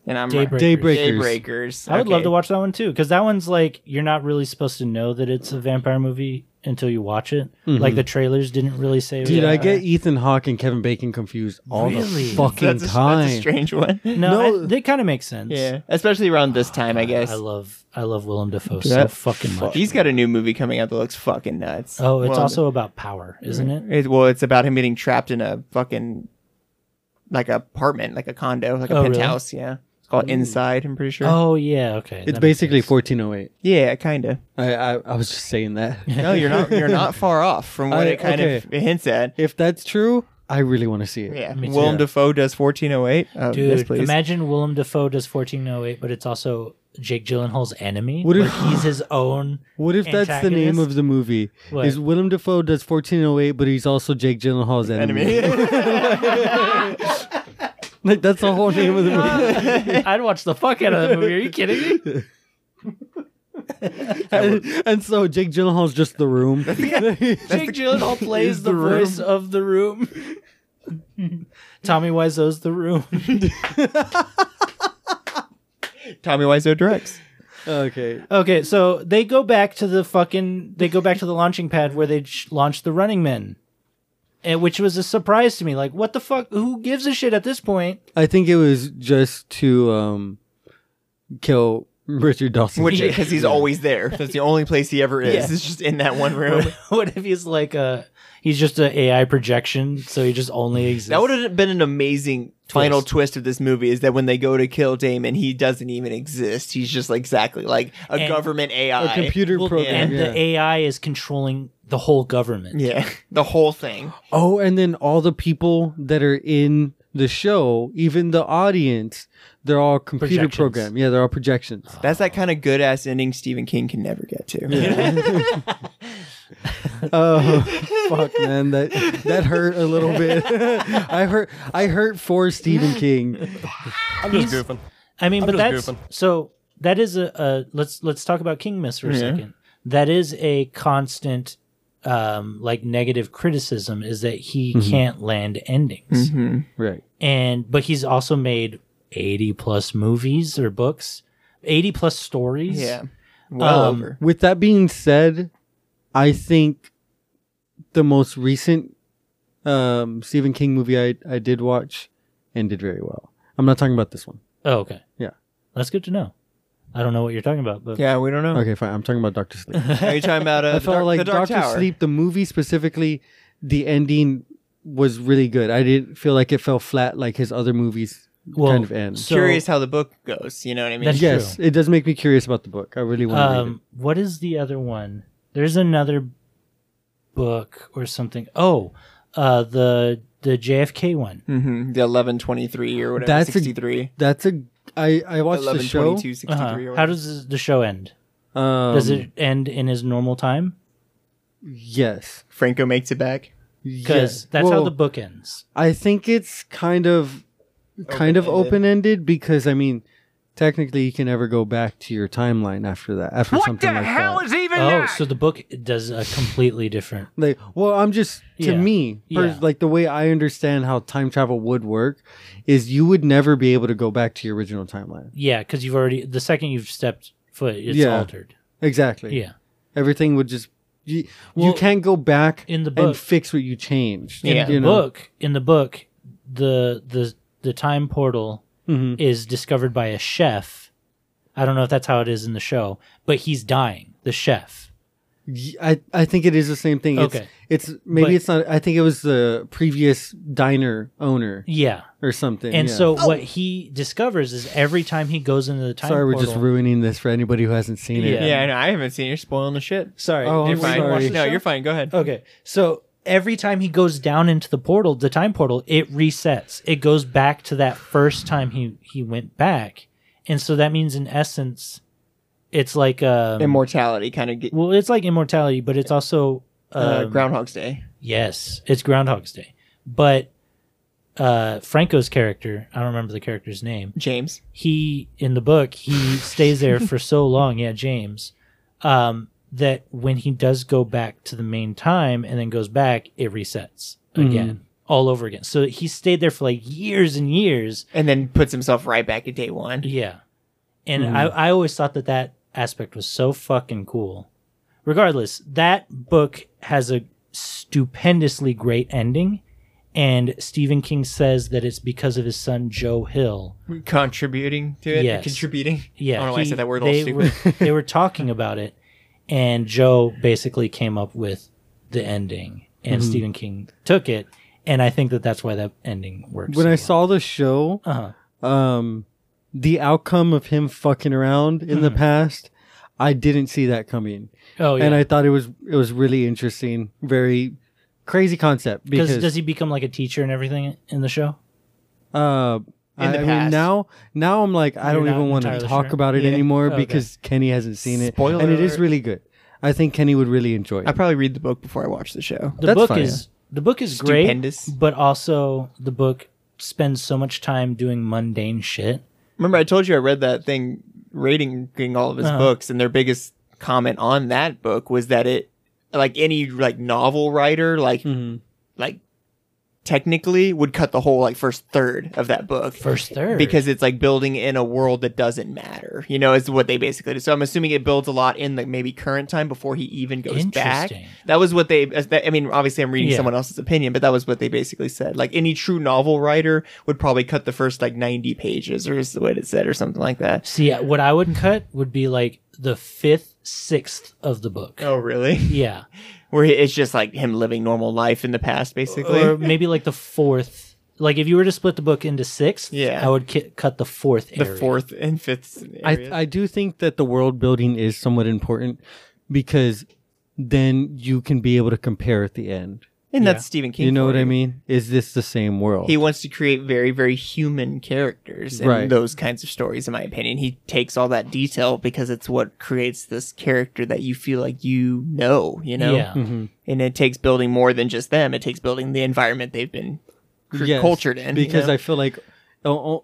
and I'm Daybreak. Daybreakers. Daybreakers. I would love Okay. to watch that one too because that one's like you're not really supposed to know that it's a vampire movie until you watch it. Like the trailers didn't really say. Dude, what- I get Ethan Hawke and Kevin Bacon confused all Really? the fucking That's a, time. that's a strange one. no, no. I- they kind of make sense. yeah, especially around this time, I guess. I love I love Willem Dafoe so That- fucking much. He's got a new movie coming out that looks fucking nuts. Oh, it's Well, also about power, isn't it? It, well, it's about him getting trapped in a fucking like apartment, like a condo, like a Oh, really? Hmm. penthouse. Yeah, it's called Inside. I'm pretty sure. Oh yeah, okay. It's that makes basically sense. 1408. yeah, kind of. I, I I was just saying that. No, you're not. You're not far off from what I- it kind of hints at. if that's true, I really want to see it. Yeah, Me too. Willem Dafoe does 1408. Oh, yes, Dude, please. imagine Willem Dafoe does 1408, but it's also Jake Gyllenhaal's enemy. What if- like he's his own? What if that's the name of antagonist? the movie? What? Is Willem Dafoe does 1408, but he's also Jake Gyllenhaal's enemy. like that's the whole name of the movie. I'd watch the fuck out of that movie. Are you kidding me? and, and so Jake Gyllenhaal's just the room. Jake Gyllenhaal plays the, the room. voice of the room. Tommy Wiseau's the room. Tommy Wiseau directs. okay. Okay, so they go back to the fucking. They go back to the launching pad where they sh- launched the Running Men, and which was a surprise to me. Like, what the fuck? Who gives a shit at this point? I think it was just to um kill Richard Dawson. Which because he's always there. That's the only place he ever is. Yeah. It's just in that one room. what if he's like a? He's just an AI projection, so he just only exists. That would have been an amazing final twist of this movie is that when they go to kill Damon, he doesn't even exist. He's just like, exactly like a And- government a AI. computer program. and yeah. the AI is controlling the whole government. Yeah, the whole thing. oh, and then all the people that are in the show, even the audience, they're all computer Projections. program. Yeah, they're all projections. That's that kind of good ass ending Stephen King can never get to. Oh fuck, man, that that hurt a little bit. I hurt. I hurt for Stephen King. I'm just goofing. I mean, I'm but just that's goofing. so that is a, a let's let's talk about King Miss for a second. That is a constant um like negative criticism is that he can't land endings. Right. And but he's also made 80 plus movies or books, 80 plus stories. Yeah. Well Um, over. With that being said, I think the most recent um, Stephen King movie I I did watch and did very well. I'm not talking about this one. Oh, okay. Yeah. That's good to know. I don't know what you're talking about, but Yeah, we don't know. Okay, fine. I'm talking about Doctor Sleep. Are you talking about uh, I Oh. the, felt dark, like the Dark Doctor Tower? Sleep, the movie specifically, the ending was really good. I didn't feel like it fell flat like his other movies well, kind of end. so, Curious how the book goes. You know what I mean? That's- yes, it does make me curious about the book. I really want to read it. Um, what is the other one? There's another book or something. Oh, uh, the the JFK one. Hmm. Mhm, The 1123 or whatever. That's a- 63. That's a I I watched the show. 1122, Uh-huh. 63 or whatever. How does this- the show end? Um, Does it end in his normal time? Yes. Franco makes it back. Because Yeah. that's how Well, the book ends. I think it's kind of kind of open ended because I mean, technically you can never go back to your timeline after that after What something the like hell that. is even Oh, that? so the book does a completely different. like well, I'm just to Yeah. me pers- Yeah. like the way I understand how time travel would work is you would never be able to go back to your original timeline. Yeah, because you've already the second you've stepped foot, it's Yeah. altered. Exactly. Yeah. Everything would just you, Well, you can't go back in the book- and fix what you changed. In you the the know? book in the book the the the time portal Mm-hmm. is discovered by a chef i don't know if that's how it is in the show but he's dying the chef Y- I, I think it is the same thing. It's, Okay. It's maybe But- it's not. I think it was the previous diner owner yeah or something. and yeah. Oh. so what he discovers is every time he goes into the time sorry, we're portal just ruining this for anybody who hasn't seen it. Yeah. Yeah, I know. I haven't seen. You're spoiling the shit. sorry Oh, You're I'm fine. sorry. No, you're fine. Go ahead. okay so every time he goes down into the portal the time portal it resets it goes back to that first time he he went back and so that means in essence it's like um, Immortality kind of get, well it's like immortality but it's also uh, um, Groundhog's Day. Yes, it's Groundhog's Day. But uh, Franco's character, I don't remember the character's name. James. He in the book he stays there for so long. Yeah, James. Um, that when he does go back to the main time and then goes back, it resets again. All over again. So he stayed there for like years and years, And then puts himself right back at day one. yeah. And I, Hmm. I always thought that that aspect was so fucking cool. Regardless, that book has a stupendously great ending. And Stephen King says that it's because of his son Joe Hill. Contributing to it. Yes. Contributing. Yeah, I don't know why I he- said that word a They little were, stupid. they were talking about it, and Joe basically came up with the ending, and Mm-hmm. Stephen King took it. And I think that that's why that ending works. When so I well. saw the show, Uh-huh. um, the outcome of him fucking around in the past, I didn't see that coming, Mm-hmm. oh yeah, and I thought it was it was really interesting, very crazy concept. because Because does he become like a teacher and everything in the show? Uh, In I, I the mean, past. now now I'm like I You're don't not even want to entirely talk sure? about it Yeah. anymore Okay. because Kenny hasn't seen it, Spoiler and it is alert. really good. I think Kenny would really enjoy I it. probably read the book before I watch the show. the That's book fine. is the book is great, Stupendous. but also the book spends so much time doing mundane shit. Remember, I told you I read that thing rating all of his Uh-huh. books, and their biggest comment on that book was that it, like any like novel writer, like Mm-hmm. like technically would cut the whole like first third of that book. First third, because it's like building in a world that doesn't matter. You know, is what they basically do. So I'm assuming it builds a lot in the maybe current time before he even goes back. Interesting. That was what they. as that- I mean, obviously, I'm reading Yeah. someone else's opinion, but that was what they basically said. Like any true novel writer would probably cut the first like 90 pages, or is the way it said, or something like that. see uh, what I would cut would be like the fifth, sixth of the book. Oh, really? Yeah, Where he- it's just like him living normal life in the past, basically. or maybe like the fourth. Like if you were to split the book into six, Yeah. I would ki- cut the fourth. the area. fourth and fifth. I, areas. I do think that the world building is somewhat important because then you can be able to compare at the end. and yeah. that's Stephen King. You know for what I you. mean? Is this the same world? he wants to create very very human characters and Right. those kinds of stories in my opinion he takes all that detail because it's what creates this character that you feel like you know you know Yeah. and it takes building more than just them it takes building the environment they've been cr- Yes, cultured in because I feel like oh, oh,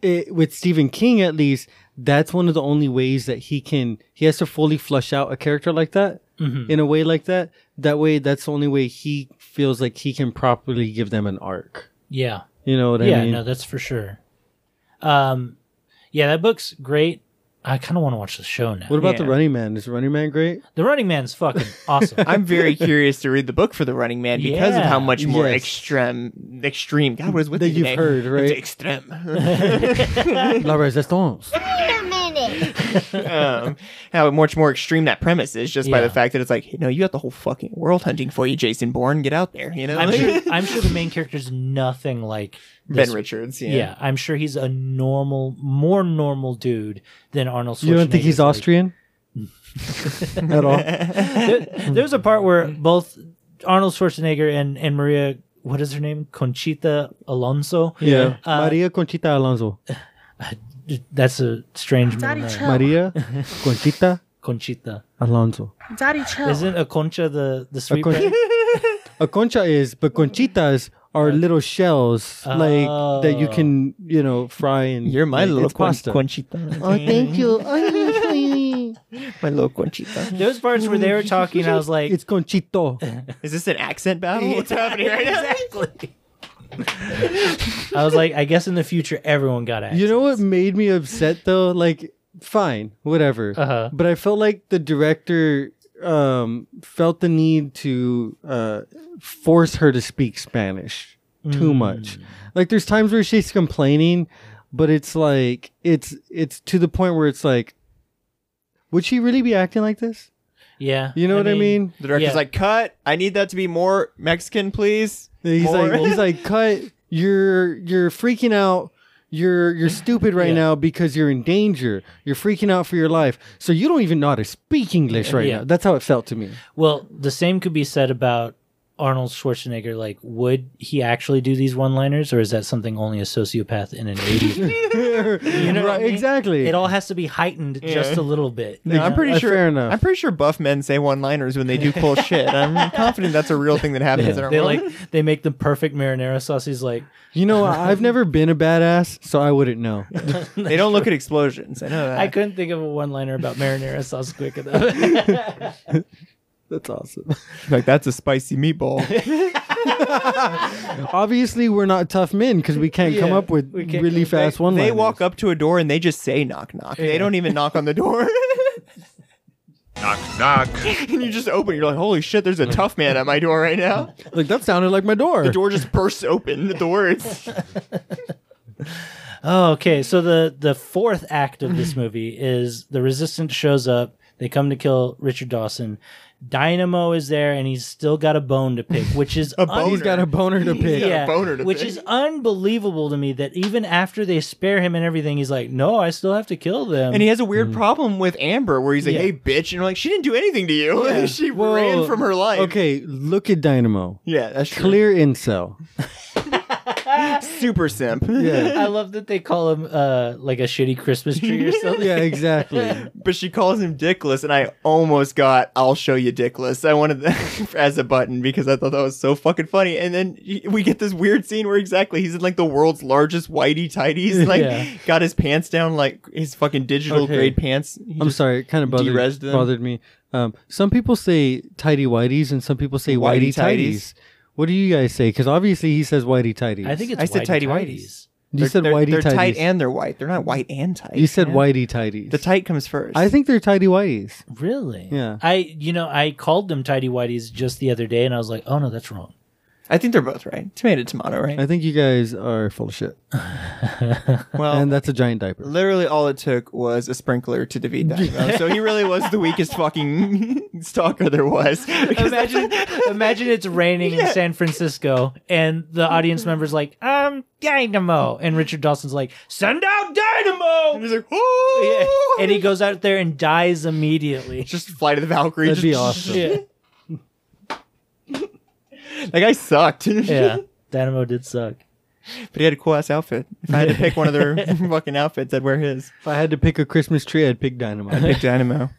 it, with Stephen King at least that's one of the only ways that he can he has to fully flush out a character like that in a way like that that way that's the only way he feels like he can properly give them an arc Yeah, you know what yeah, I mean no, that's for sure. Um, yeah, that book's great. I kind of want to watch the show now. what about the Yeah. Running Man is the Running Man great the Running Man's fucking awesome. am very curious to read the book for the Running Man because of Yeah. how much more Yes. extreme, extreme. God, what is with That me you've today? heard, right? It's extreme. La Resistance Wait a minute. um, how much more extreme that premise is just by Yeah. the fact that it's like, no, you got the whole fucking world hunting for you, Jason Bourne. Get out there, you know. I'm sure, I'm sure the main character's nothing like this. Ben Richards, yeah. Yeah. I'm sure he's a normal, more normal dude than Arnold Schwarzenegger. you don't think he's Like, Austrian at all there- there's a part where both Arnold Schwarzenegger and, and Maria, what is her name? Conchita Alonso. yeah Uh, Maria Conchita Alonso That's a strange name. Maria Conchita Conchita. Alonso Isn't a concha the, the sweet concha- bread? A concha is, but conchitas are little shells like that you Oh. can, you know, fry and You're my like, little it's pasta. Conchita. Conchita. oh, thank you. Oh, my little Conchita. There's parts where they were talking, I was like, it's conchito. Is this an accent battle? What's happening right now? exactly. I was like, I guess in the future everyone got it. You know what made me upset though? Like, fine, whatever. Uh-huh. But I felt like the director um, felt the need to uh, force her to speak Spanish too much. Like, there's times where she's complaining, but it's like it's it's to the point where it's like, would she really be acting like this? Yeah. You know what I mean? The director's Yeah. like, cut. I need that to be more Mexican, please. He's More. like he's like, cut. You're you're freaking out. You're you're stupid right Yeah. now because you're in danger. You're freaking out for your life. So you don't even know how to speak English right Yeah. now. That's how it felt to me. Well, the same could be said about Arnold Schwarzenegger, like, would he actually do these one liners, or is that something only a sociopath in an 80s? you know what I mean? exactly. it all has to be heightened just a Yeah. little bit. No, I'm pretty uh, sure. fair enough. I'm pretty sure buff men say one-liners when they do cool shit. I'm confident that's a real thing that happens in our They world. like they make the perfect marinara sauce. He's like, you know, I've never been a badass, so I wouldn't know. they don't look at explosions. I know that. I couldn't think of a one liner about marinara sauce quick enough. That's awesome. like that's a spicy meatball. Obviously, we're not tough men because we can't come Yeah, up with we can't- really fast one. they walk up to a door and they just say knock knock. They Yeah. don't even knock on the door. Knock, knock. and you just open. it. You're like, holy shit! There's a tough man at my door right now. like that sounded like my door. The door just bursts open. The door is oh, okay. So the the fourth act of this movie is the resistance shows up. They come to kill Richard Dawson. Dynamo is there, and he's still got a bone to pick, which is a boner. He's got a boner to pick. got a boner to which pick. is unbelievable to me that even after they spare him and everything, he's like, "No, I still have to kill them." And he has a weird problem with Amber where he's like, Yeah. hey, bitch. And I'm like, she didn't do anything to you. she Whoa. ran from her life. Oh, Okay, look at Dynamo. Yeah, that's true. Clear incel. Super simp. Yeah. I love that they call him uh, like a shitty Christmas tree or something. yeah, exactly. but she calls him dickless, and I almost got "I'll show you dickless." I wanted that as a button because I thought that was so fucking funny. And then y- we get this weird scene where exactly he's in like the world's largest whitey tighties, and, like Yeah. got his pants down, like his fucking digital Okay. grade pants. He I'm just- sorry, it kind of derezzed bothered, them. bothered me. Um, some people say tidy whiteys and some people say Whitey whitey tighties. tighties. What do you guys say? Because obviously he says whitey tighties. I think it's I said whitey tighty tighties. you said they're, whitey they're tighties. tight and they're white. They're not white and tight. you said man. whitey tighties. The tight comes first. I think they're tidy whiteys. Really? Yeah. I you know I called them tidy whities just the other day, and I was like, oh no, that's wrong. I think they're both right. Tomato tomato, right? I think you guys are full of shit. well, and that's a giant diaper. literally all it took was a sprinkler to defeat that. so he really was the weakest fucking stalker there was. Because Imagine, imagine it's raining in San Francisco, and the audience member's like, um, Dynamo, and Richard Dawson's like, send out Dynamo, he's like, "Oh!" and he goes out there and dies immediately. just fly to the Valkyrie. That'd just, be awesome. Yeah, That guy sucked. yeah. Dynamo did suck. but he had a cool ass outfit. If I had to pick one of their fucking outfits, I'd wear his. If I had to pick a Christmas tree, I'd pick dynamite. Pick Dynamo.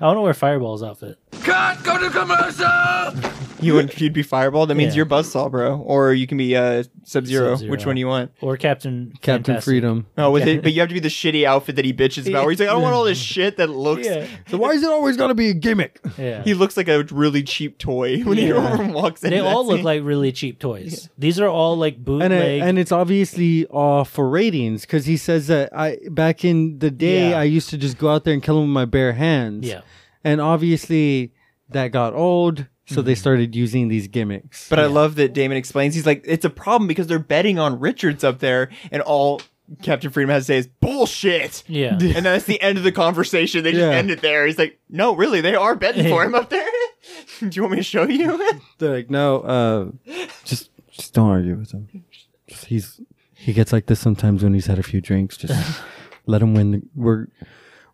I want to wear Fireball's outfit. Cut, go to commercial! You would you'd be fireball. That means Yeah. you're buzzsaw, bro. Or you can be uh, Sub Zero. Sub-Zero. Which one you want? Or Captain Captain Fantastic. Freedom. Oh, with it, but you have to be the shitty outfit that he bitches about. Where he's like, I don't want all this shit that looks. Yeah. So why is it always got to be a gimmick? Yeah. He looks like a really cheap toy when he walks in. they all look like really cheap toys. These are all like And bootleg. it, and it's obviously uh, for ratings because he says that I back in the day Yeah. I used to just go out there and kill him with my bare hands. yeah. and obviously that got old, so they started using these gimmicks. But I love that Damon explains. He's like, it's a problem because they're betting on Richards up there, and all Captain Freedom has to say is bullshit. Yeah. and that's the end of the conversation. They just Yeah. end it there. He's like, no, really, they are betting for him up there. Do you want me to show you? They're like, no, uh, just just don't argue with him. Just- he's he gets like this sometimes when he's had a few drinks. Just let him win. The, we're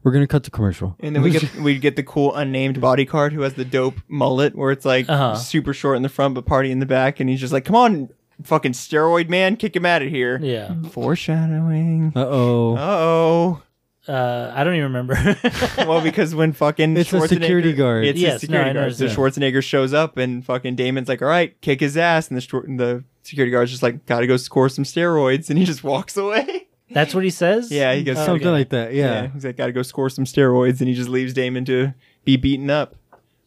we're gonna cut the commercial. and then we get we get the cool unnamed bodyguard who has the dope mullet, where it's like Uh-huh. super short in the front but party in the back, and he's just like, come on, fucking steroid man, kick him out of here. Yeah. Foreshadowing. Uh oh, Uh oh. Uh, I don't even remember. well, because when fucking It's a Schwarzenegger- security guard. it's Yes, no, a security I know guard. So that. Schwarzenegger shows up, and fucking Damon's like, "All right, kick his ass," and the Schwar- and the security guard's just like, "Gotta go score some steroids," and he just walks away. That's what he says. Yeah, he goes something like that. Yeah. Oh, yeah. He's like, "Gotta go score some steroids," and he just leaves Damon to be beaten up,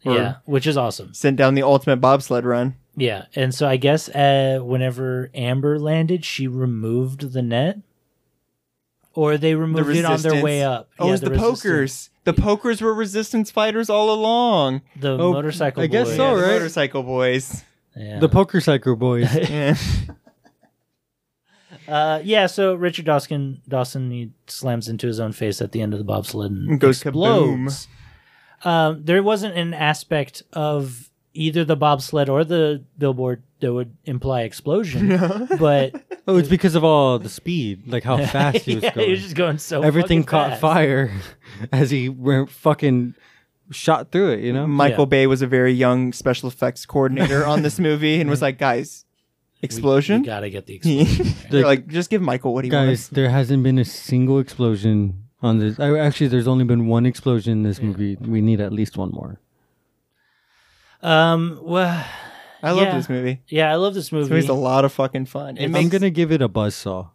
yeah, which is awesome. sent down the ultimate bobsled run. Yeah, and so I guess uh, whenever Amber landed, she removed the net, or they removed it on their way up. Oh, yeah, it was the, resistance. pokers. The pokers were resistance fighters all along. the Oh, motorcycle. I guess boys. so, the right? Motorcycle boys. Yeah. The poker psycho boys. Yeah. uh, yeah, so Richard Dawson Dawson he slams into his own face at the end of the bobsled and Goes explodes. Um, there wasn't an aspect of either the bobsled or the billboard that would imply explosion, but Oh, it's because of all the speed, like how fast he was yeah, going. he was just going so Everything fucking caught fast. fire as he went fucking shot through it. You know, Michael Bay was a very young special effects coordinator on this movie and was like, guys, explosion? Hmm. You gotta get the explosion. They're like, just give Michael what he guys, wants. there hasn't been a single explosion on this. I, actually, there's only been one explosion in this movie. We need at least one more. um. Well, I love yeah. this movie. yeah, I love this This movie. movie's a lot of fucking fun. It I'm makes, gonna give it a buzzsaw.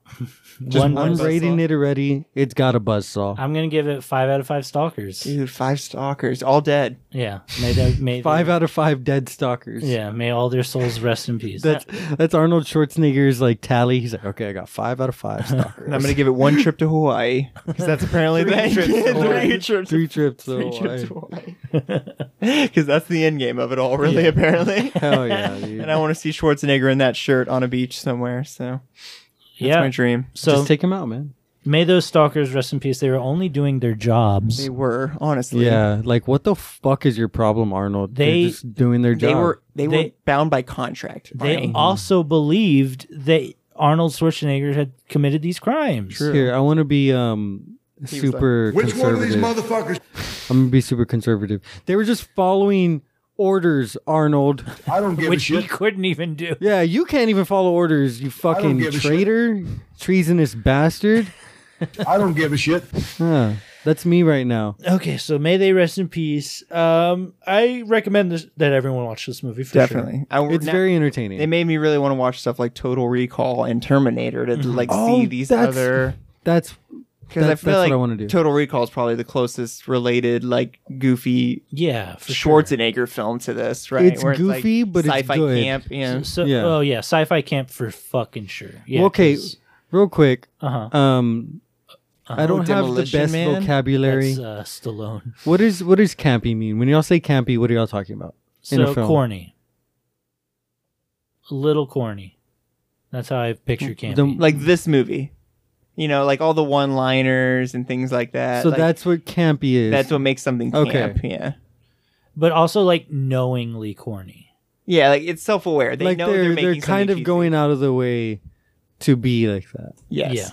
one, I'm one buzzsaw. rating it already. It's got a buzzsaw. I'm gonna give it five out of five stalkers. dude, five stalkers, all dead. Yeah, may they, may Five they, out of five dead stalkers. Yeah, may all their souls rest in peace. That's that's Arnold Schwarzenegger's like tally. He's like, okay, I got five out of five stalkers. And I'm gonna give it one trip to Hawaii because that's apparently the end. three trips, three trips. to three trips Hawaii. to Hawaii. Because that's the end game of it all, really. Apparently, Hell yeah, dude. and I want to see Schwarzenegger in that shirt on a beach somewhere. So that's yeah. my dream. So Just take him out, man. may those stalkers rest in peace. They were only doing their jobs. They were honestly, Yeah, like what the fuck is your problem, Arnold? They're They- just doing their job. They were they, were They- bound by contract. They Barney. also believed that Arnold Schwarzenegger had committed these crimes. Here, I want to be um super Which one of these conservative. motherfuckers? I'm gonna be super conservative. They were just following orders, Arnold. I don't give Which a he shit. couldn't even do. Yeah, you can't even follow orders, you fucking give a shit. traitor, treasonous bastard. I don't give a shit. Huh. That's me right now. Okay, so may they rest in peace. Um, I recommend this, that everyone watch this movie for definitely. I, It's now- very entertaining. They made me really want to watch stuff like Total Recall and Terminator to Mm-hmm. like see Oh, these that's- other. that's Because I That's- feel that's what like I wanna do. Total Recall is probably the closest related like goofy Sure. Yeah, for sure. Schwarzenegger film to this, right? It's goofy, but it's sci-fi good. camp. Yeah. So, Yeah. oh yeah, sci-fi camp for fucking sure. Yeah, okay. Real quick, uh huh. um, I don't have the Demolition best Man? vocabulary. uh-huh. That's uh, Stallone. What is what does campy mean? When y'all say campy, what are y'all talking about? In a So film. corny, a little corny. That's how I picture camp. The- Like this mm. movie, you know, like all the one-liners and things like that. so like, that's what campy is. that's what makes something Okay. camp. Yeah. but also like knowingly corny. Yeah, like it's self-aware. They like know they're they're, they're making kind something of cheesy. going out of the way to be like that. Yes. Yeah.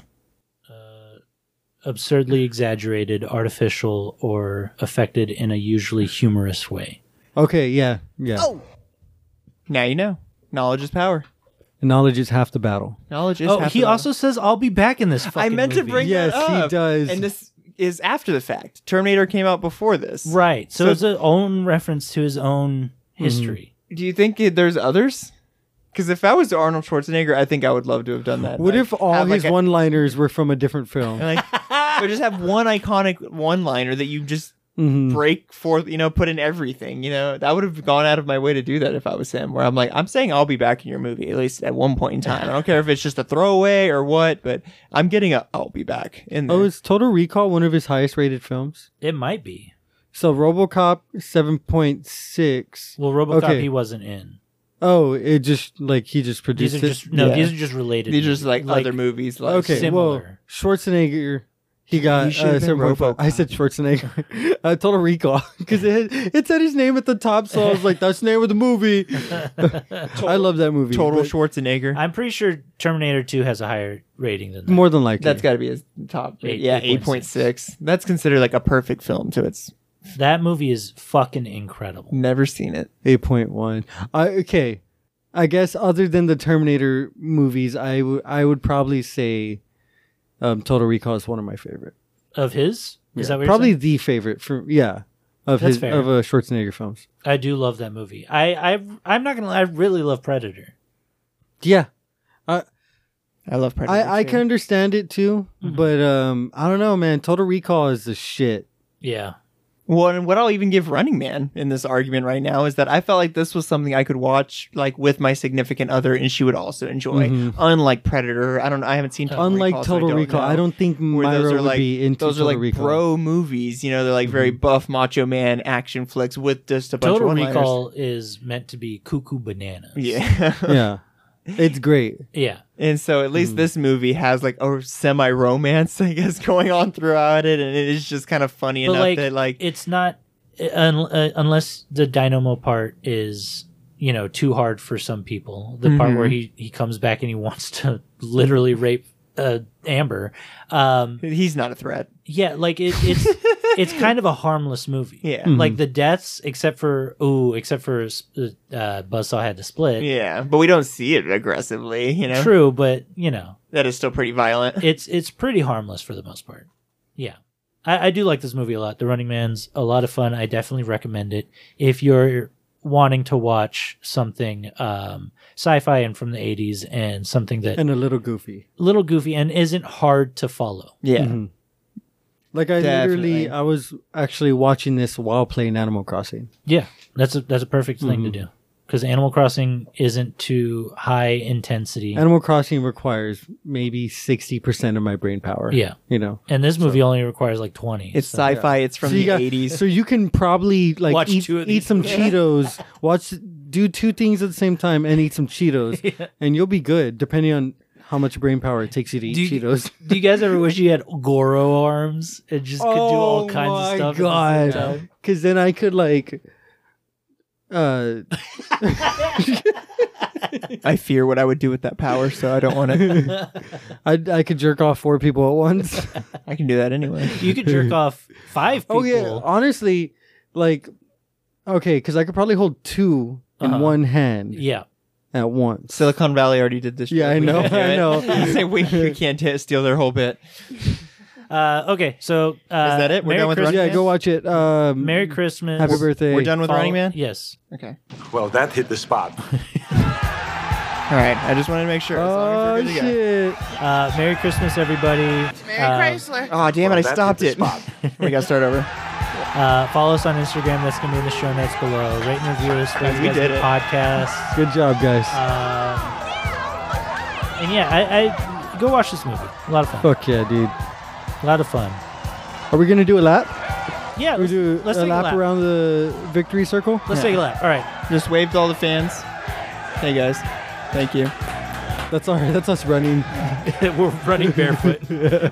Absurdly exaggerated, artificial, or affected in a usually humorous way. Okay, yeah, yeah. Now you know. Knowledge is power. Knowledge is half the battle. Knowledge is. oh, half he the battle. also says, "I'll be back in this." Fucking I meant movie." to bring Yes, that he up. does. And this is after the fact. Terminator came out before this. right. So, So- Hmm. it's an own reference to his own history. Do you think it, there's others? Because if I was Arnold Schwarzenegger, I think I would love to have done that. What Like, if all have, like, his a- one-liners were from a different film? like, or just have one iconic one-liner that you just Mhm. break forth, you know, put in everything. You know, that would have gone out of my way to do that if I was him. Where I'm like, I'm saying I'll be back in your movie at least at one point in time. I don't care if it's just a throwaway or what, but I'm getting a I'll be back in there. Oh, is Total Recall one of his highest-rated films? It might be. So RoboCop seven point six. Well, RoboCop Okay. he wasn't in. Oh, it just like he just produced These are it. just no. yeah. These are just related. These are just movies. like, other movies. Like, Okay, similar. well, Schwarzenegger, he got should've uh, been 7.5. I RoboCop. said Schwarzenegger. uh, Total Recall because it had, it said his name at the top, so I was like, "That's the name of the movie." I love that movie. Total but Schwarzenegger. I'm pretty sure Terminator 2 has a higher rating than that. More than likely, That's got to be his top. Eight- yeah, 8.6. 8.6. That's considered like a perfect film, so it's That movie is fucking incredible. never seen it. eight point one. I okay. I guess other than the Terminator movies, I would I would probably say um, Total Recall is one of my favorite. Of his? Is Yeah, that what probably You're saying? the favorite from yeah of That's his fair. of uh, Schwarzenegger films? I do love that movie. I, I I'm not gonna lie, I really love Predator. Yeah, I love Predator. I, I too. can understand it too, Mm-hmm. but um, I don't know, man. Total Recall is the shit. Yeah. Well, and what I'll even give Running Man in this argument right now is that I felt like this was something I could watch like with my significant other, and she would also enjoy. Unlike Predator, I don't. I haven't seen. Total Mm-hmm. Unlike Recall, so Total Recall, know I don't think where Myra would be into those are Total like Recall. Mm-hmm. bro movies. You know, they're like very buff macho man action flicks with just a bunch Total of one-liners. Recall is meant to be cuckoo bananas. Yeah. yeah, it's great. Yeah. And so at Hmm. least this movie has like a semi romance, I guess, going on throughout it, and it is just kind of funny But enough like, that like it's not un, uh, unless the dynamo part is you know too hard for some people. The part Mm-hmm. where he he comes back and he wants to literally rape uh, Amber. Um he's not a threat. Yeah, like it, it's it's kind of a harmless movie. Yeah. Hmm. Mm-hmm. like the deaths, except for ooh, except for uh, Buzzsaw had to split. Yeah, but we don't see it aggressively, you know? True, but you know, That is still pretty violent. it's it's pretty harmless for the most part. Yeah. I, I do like this movie a lot. The Running Man's a lot of fun. I definitely recommend it. If you're wanting to watch something um, sci fi and from the 80s and something that and a little goofy. little goofy and isn't hard to follow. Yeah. Mm-hmm. Like I Definitely. literally, I was actually watching this while playing Animal Crossing. Yeah, that's a, that's a perfect thing Mm-hmm. to do because Animal Crossing isn't too high intensity. Animal Crossing requires maybe sixty percent of my brain power. Yeah. you know, and this movie only requires like 20. It's so- sci fi, it's from so the you got- 80s. So you can probably like Watch eat, two of eat these. some Cheetos, watch do two things at the same time, and eat some Cheetos, and you'll be good. Depending on how much brain power it takes you to eat Do you- Cheetos. do you guys ever wish you had Goro arms and just could do Oh all Oh kinds of stuff? at the same time? Because then I could like, uh, I fear what I would do with that power, so I don't want to. I I could jerk off four people at once. I can do that anyway. You could jerk off five people. Oh yeah, honestly, like okay, because I could probably hold two Uh-huh. in one hand Yeah. at once. Silicon Valley already did this. Yeah, shit. I We know, can't do I it. know. Say we, we can't t- steal their whole bit. Uh, okay, so uh, that it? We're Merry done with Christ- Running yeah, Man? go watch it. Um, Merry Christmas. happy birthday. We're done with Follow- Running Man. Yes. Okay. Well, that hit the spot. All right. I just wanted to make sure. as long Oh as we're good to go. shit! Uh, Merry Christmas, everybody. Merry Christmas. Oh damn it! I Well, that stopped hit it. the spot. we gotta start over. Uh, follow us on Instagram. That's gonna be in the show notes below. Rate and review us. We did it. Podcast. Good job, guys. And yeah, I, I go watch this movie. A lot of fun. Fuck yeah, dude. A lot of fun. Are we gonna do a lap? Yeah. We Let's, do let's a take lap, a lap. around the victory circle. Let's take a lap. All right. Just waved all the fans. Hey guys, thank you. That's all right. That's us running. We're running barefoot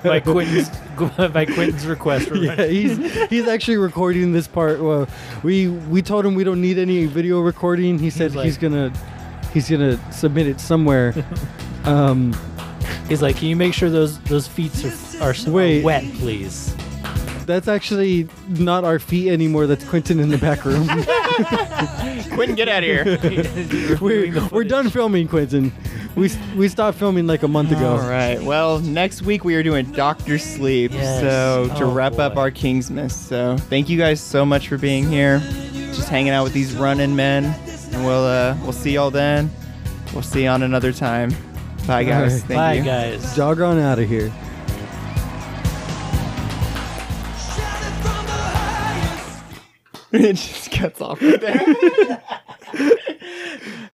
by Quentin's by Quentin's request. We're Yeah, running. he's he's actually recording this part. Well, we we told him we don't need any video recording. He said like- he's gonna he's gonna submit it somewhere. um. He's like, "Can you make sure those those feet are, are, s- are Wait. wet, please?" That's actually not our feet anymore. That's Quentin in the back room. Quentin, get out of here. we're, we're done filming, Quentin. We we stopped filming like a month ago. All right. Well, next week we are doing Doctor Sleep. Yes. So to Oh, wrap up boy. our Kingsmas. So thank you guys so much for being here, just hanging out with these running men, and we'll uh, we'll see y'all then. We'll see you on another time. Bye guys. right. Thank Bye, you. guys. Jog on out of here. it just cuts off right there.